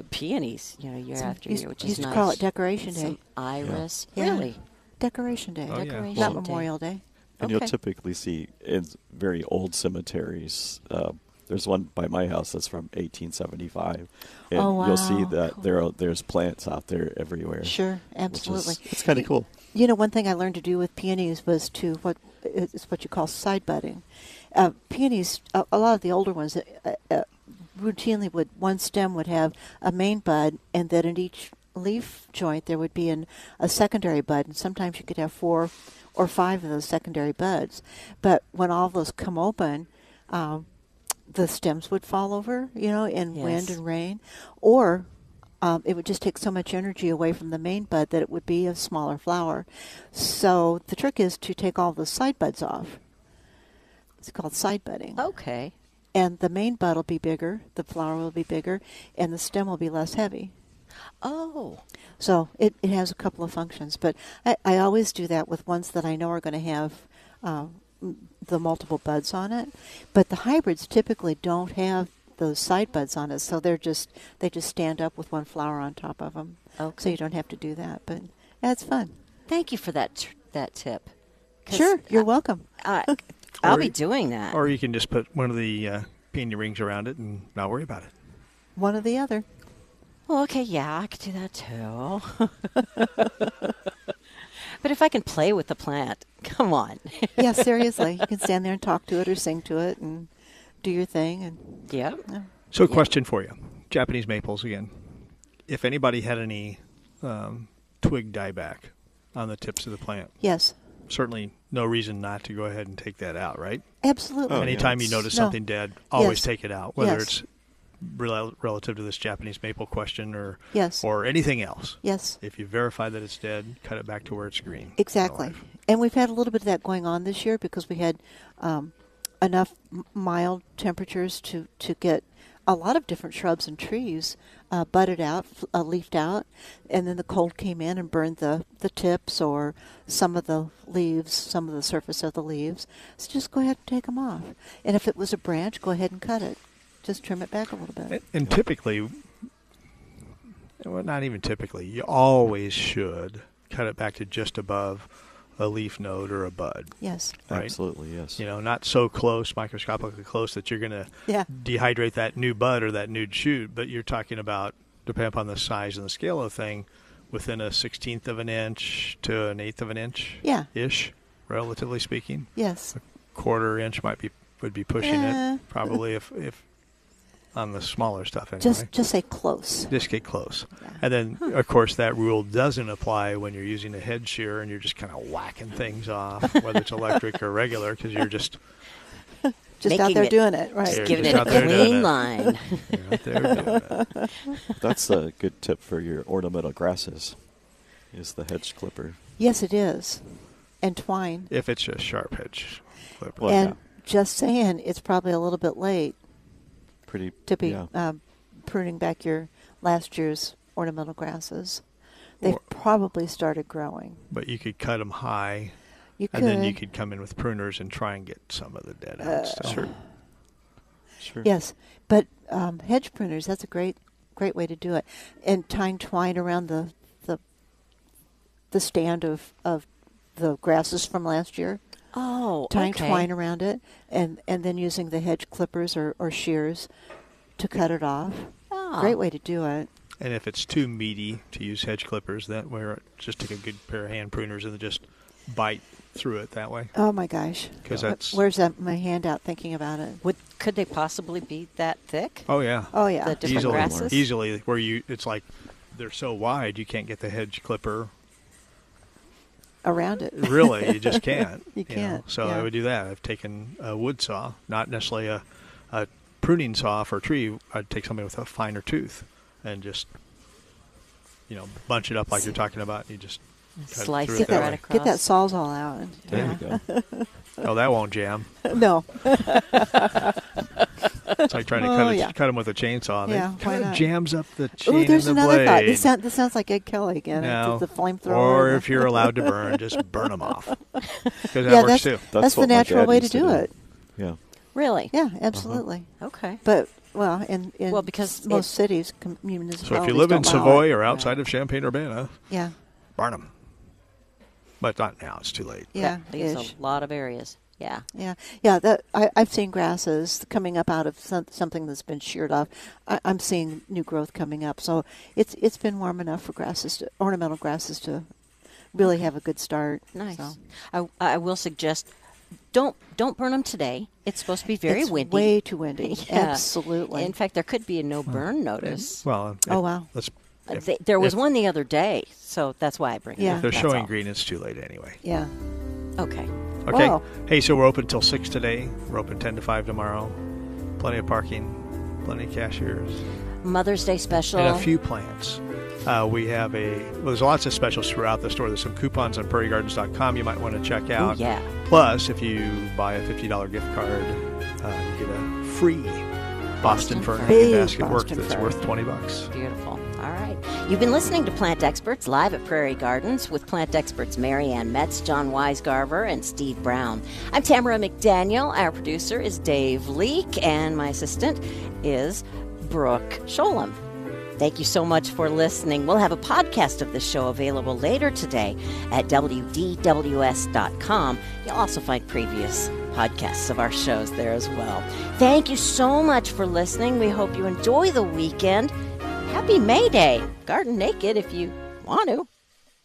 [SPEAKER 1] peonies, you know, year after
[SPEAKER 2] used,
[SPEAKER 1] year, which
[SPEAKER 2] used
[SPEAKER 1] is
[SPEAKER 2] to
[SPEAKER 1] nice.
[SPEAKER 2] call it Decoration Day.
[SPEAKER 1] Some iris.
[SPEAKER 2] Yeah.
[SPEAKER 1] Really?
[SPEAKER 2] Decoration Day.
[SPEAKER 3] Oh, yeah.
[SPEAKER 1] Decoration
[SPEAKER 2] Not
[SPEAKER 1] Day.
[SPEAKER 2] Memorial Day.
[SPEAKER 4] And
[SPEAKER 1] Okay.
[SPEAKER 4] you'll typically see in very old cemeteries. Uh, there's one by my house that's from 1875, and
[SPEAKER 2] Oh,
[SPEAKER 4] you'll see
[SPEAKER 2] wow.
[SPEAKER 4] that there are there's plants out there everywhere.
[SPEAKER 2] Sure,
[SPEAKER 4] which
[SPEAKER 2] absolutely.
[SPEAKER 4] is, it's kind of cool.
[SPEAKER 2] You know, one thing I learned to do with peonies was to what is what you call side budding. Uh, peonies, a, a lot of the older ones, uh, uh, routinely would one stem would have a main bud, and then at each leaf joint there would be an, a secondary bud, and sometimes you could have four or five of those secondary buds. But when all those come open, um, the stems would fall over, you know, in wind
[SPEAKER 1] Yes.
[SPEAKER 2] and rain, or um, it would just take so much energy away from the main bud that it would be a smaller flower. So the trick is to take all the side buds off. It's called side budding.
[SPEAKER 1] Oh, Okay.
[SPEAKER 2] And the main bud will be bigger, the flower will be bigger, and the stem will be less heavy.
[SPEAKER 1] Oh.
[SPEAKER 2] So it, it has a couple of functions, but I, I always do that with ones that I know are going to have uh, m- the multiple buds on it. But the hybrids typically don't have those side buds on it, so they're just they just stand up with one flower on top of them. So
[SPEAKER 1] Okay.
[SPEAKER 2] you don't have to do that, but that's fun.
[SPEAKER 1] Thank you for that tr- that tip. 'Cause
[SPEAKER 2] Sure, you're welcome.
[SPEAKER 1] I, I'll
[SPEAKER 3] Or-
[SPEAKER 1] be doing that.
[SPEAKER 3] Or you can just put one of the uh, peony rings around it and not worry about it.
[SPEAKER 2] One or the other.
[SPEAKER 1] Well, okay, yeah, I could do that too. but if I can play with the plant, come on.
[SPEAKER 2] Yeah, seriously, you can stand there and talk to it or sing to it and do your thing and
[SPEAKER 1] yeah.
[SPEAKER 3] So, a question for you Japanese maples again. If anybody had any um, twig dieback on the tips of the plant,
[SPEAKER 2] yes,
[SPEAKER 3] certainly no reason not to go ahead and take that out, right?
[SPEAKER 2] absolutely.
[SPEAKER 4] Oh, yeah.
[SPEAKER 3] Anytime you
[SPEAKER 4] it's-
[SPEAKER 3] notice
[SPEAKER 2] No.
[SPEAKER 3] something dead, always
[SPEAKER 2] Yes.
[SPEAKER 3] take it out, whether
[SPEAKER 2] Yes.
[SPEAKER 3] it's rel- relative to this Japanese maple question or
[SPEAKER 2] Yes.
[SPEAKER 3] or anything else.
[SPEAKER 2] Yes.
[SPEAKER 3] If you verify that it's dead, cut it back to where it's green.
[SPEAKER 2] Exactly.
[SPEAKER 3] Alive.
[SPEAKER 2] And we've had a little bit of that going on this year because we had um, enough m- mild temperatures to, to get a lot of different shrubs and trees uh, budded out, f- uh, leafed out, and then the cold came in and burned the, the tips or some of the leaves, some of the surface of the leaves. So just go ahead and take them off. And if it was a branch, go ahead and cut it. Just trim it back a little bit.
[SPEAKER 3] And, and typically, well, not even typically, you always should cut it back to just above a leaf node or a bud.
[SPEAKER 2] Yes.
[SPEAKER 3] Right.
[SPEAKER 4] Absolutely, yes.
[SPEAKER 3] You know, not so close, microscopically close, that you're going to
[SPEAKER 2] Yeah.
[SPEAKER 3] dehydrate that new bud or that new shoot, but you're talking about, depending upon the size and the scale of the thing, within a sixteenth of an inch to an eighth of an inch.
[SPEAKER 2] Yeah.
[SPEAKER 3] Ish, relatively speaking.
[SPEAKER 2] Yes.
[SPEAKER 3] Quarter inch might be would be pushing
[SPEAKER 2] Yeah.
[SPEAKER 3] it probably if if on the smaller stuff anyway.
[SPEAKER 2] Just just say close.
[SPEAKER 3] Just get close.
[SPEAKER 2] Yeah.
[SPEAKER 3] And then, of course, that rule doesn't apply when you're using a head shear and you're just kind of whacking things off, whether it's electric or regular, because you're just
[SPEAKER 2] Just out
[SPEAKER 1] Making
[SPEAKER 2] there
[SPEAKER 1] it-
[SPEAKER 2] doing it. Right.
[SPEAKER 1] Just
[SPEAKER 3] You're
[SPEAKER 1] giving
[SPEAKER 3] just
[SPEAKER 1] it
[SPEAKER 3] out
[SPEAKER 1] a
[SPEAKER 3] there doing
[SPEAKER 1] clean
[SPEAKER 3] it.
[SPEAKER 1] line.
[SPEAKER 3] you're out there doing it.
[SPEAKER 4] That's a good tip for your ornamental grasses. Is the hedge clipper.
[SPEAKER 2] Yes, it is. And twine.
[SPEAKER 3] if it's a sharp hedge clipper.
[SPEAKER 4] Well,
[SPEAKER 2] and
[SPEAKER 4] yeah.
[SPEAKER 2] just saying, it's probably a little bit late
[SPEAKER 4] Pretty
[SPEAKER 2] to be
[SPEAKER 4] yeah.
[SPEAKER 2] um, pruning back your last year's ornamental grasses. They've
[SPEAKER 3] Or-
[SPEAKER 2] probably started growing.
[SPEAKER 3] but you could cut them high,
[SPEAKER 2] You
[SPEAKER 3] and
[SPEAKER 2] could.
[SPEAKER 3] then you could come in with pruners and try and get some of the dead out stuff.
[SPEAKER 4] sure. Sure.
[SPEAKER 2] Yes, but um, hedge pruners, that's a great great way to do it. And tying twine around the the, the stand of, of the grasses from last year.
[SPEAKER 1] Oh,
[SPEAKER 2] tying
[SPEAKER 1] okay.
[SPEAKER 2] twine around it and and then using the hedge clippers or, or shears to cut it off
[SPEAKER 1] Ah.
[SPEAKER 2] great way to do it
[SPEAKER 3] And if it's too meaty to use hedge clippers, that where just take a good pair of hand pruners and just bite through it that way.
[SPEAKER 2] oh my gosh
[SPEAKER 3] 'Cause
[SPEAKER 2] Uh,
[SPEAKER 3] that's-
[SPEAKER 2] where's that my handout thinking about it
[SPEAKER 1] Would could they possibly be that thick?
[SPEAKER 3] Oh yeah,
[SPEAKER 2] oh yeah
[SPEAKER 1] The different
[SPEAKER 3] easily,
[SPEAKER 1] grasses?
[SPEAKER 3] easily where you it's like they're so wide you can't get the hedge clipper.
[SPEAKER 2] around it
[SPEAKER 3] Really, you just can't.
[SPEAKER 2] You
[SPEAKER 3] know.
[SPEAKER 2] can't,
[SPEAKER 3] So
[SPEAKER 2] yeah.
[SPEAKER 3] I would do that. I've taken a wood saw, not necessarily a, a pruning saw for a tree. I'd take something with a finer tooth and just you know bunch it up like you're talking about. You just cut
[SPEAKER 1] Slice
[SPEAKER 3] through
[SPEAKER 1] it
[SPEAKER 3] it that
[SPEAKER 1] right
[SPEAKER 3] way.
[SPEAKER 1] across.
[SPEAKER 2] get that sawzall out and,
[SPEAKER 4] There we go.
[SPEAKER 3] Oh, that won't jam.
[SPEAKER 2] no
[SPEAKER 3] It's like trying to
[SPEAKER 2] Oh,
[SPEAKER 3] cut, a,
[SPEAKER 2] yeah.
[SPEAKER 3] cut them with a chainsaw. and
[SPEAKER 2] Yeah,
[SPEAKER 3] it
[SPEAKER 2] why
[SPEAKER 3] kind of
[SPEAKER 2] not?
[SPEAKER 3] jams up the chain
[SPEAKER 2] oh there's
[SPEAKER 3] and the
[SPEAKER 2] another
[SPEAKER 3] blade.
[SPEAKER 2] thought this, sound, this sounds like ed kelly again
[SPEAKER 3] No.
[SPEAKER 2] the flamethrower
[SPEAKER 3] Or if you're allowed to burn, just burn them off. Because that
[SPEAKER 2] yeah
[SPEAKER 3] works
[SPEAKER 2] that's,
[SPEAKER 3] too.
[SPEAKER 4] That's
[SPEAKER 2] that's the
[SPEAKER 4] what my
[SPEAKER 2] natural
[SPEAKER 4] dad
[SPEAKER 2] way to
[SPEAKER 4] used to
[SPEAKER 2] do
[SPEAKER 4] do.
[SPEAKER 2] it
[SPEAKER 4] Yeah.
[SPEAKER 1] Really?
[SPEAKER 2] yeah
[SPEAKER 3] Uh-huh.
[SPEAKER 2] absolutely
[SPEAKER 1] Okay.
[SPEAKER 2] but well in, in
[SPEAKER 1] Well, because
[SPEAKER 2] most
[SPEAKER 1] it-
[SPEAKER 2] cities com- municipalities
[SPEAKER 3] So if you live in
[SPEAKER 2] don't allow
[SPEAKER 3] Savoy
[SPEAKER 2] it.
[SPEAKER 3] or outside of Champaign Urbana,
[SPEAKER 2] yeah
[SPEAKER 3] burn them. But not now; it's too late.
[SPEAKER 2] yeah
[SPEAKER 1] That leaves
[SPEAKER 2] ish.
[SPEAKER 1] a lot of areas. Yeah.
[SPEAKER 2] Yeah, yeah. That I, I've seen grasses coming up out of some, something that's been sheared off. I, I'm seeing new growth coming up, so it's it's been warm enough for grasses, to, ornamental grasses, to really have a good start.
[SPEAKER 1] Nice.
[SPEAKER 2] So.
[SPEAKER 1] I, I will suggest don't don't burn them today. It's supposed to be very
[SPEAKER 2] it's
[SPEAKER 1] windy.
[SPEAKER 2] Way too windy.
[SPEAKER 1] Yeah.
[SPEAKER 2] Absolutely.
[SPEAKER 1] In fact, there could be a no burn notice.
[SPEAKER 3] Well, if-
[SPEAKER 2] Oh, wow.
[SPEAKER 3] Let's,
[SPEAKER 1] Uh,
[SPEAKER 3] if,
[SPEAKER 1] they- there was
[SPEAKER 3] if-
[SPEAKER 1] one the other day, so that's why I bring it
[SPEAKER 2] Yeah.
[SPEAKER 1] up.
[SPEAKER 3] They're
[SPEAKER 1] that's
[SPEAKER 3] showing
[SPEAKER 1] all.
[SPEAKER 3] green; it's too late anyway.
[SPEAKER 2] yeah.
[SPEAKER 1] Okay.
[SPEAKER 3] Okay.
[SPEAKER 2] Wow.
[SPEAKER 3] Hey, so we're open till six today. We're open ten to five tomorrow. Plenty of parking. Plenty of cashiers.
[SPEAKER 1] Mother's Day special.
[SPEAKER 3] and a few plants. Uh, we have a well, there's lots of specials throughout the store. There's some coupons on prairiegardens.com you might want to check out.
[SPEAKER 1] yeah.
[SPEAKER 3] Plus, if you buy a fifty dollar gift card, uh, you get a free Boston fern
[SPEAKER 2] Big
[SPEAKER 3] hand basket work
[SPEAKER 2] Boston
[SPEAKER 3] that's
[SPEAKER 2] fern.
[SPEAKER 3] worth twenty bucks.
[SPEAKER 1] Beautiful. All right. You've been listening to Plant Experts live at Prairie Gardens with plant experts Mary Ann Metz, John Weisgarver, and Steve Brown. I'm Tamara McDaniel. Our producer is Dave Leake, and my assistant is Brooke Sholem. Thank you so much for listening. We'll have a podcast of this show available later today at WDWS.com. You'll also find previous podcasts of our shows there as well. Thank you so much for listening. We hope you enjoy the weekend. Happy May Day! Garden naked if you want to.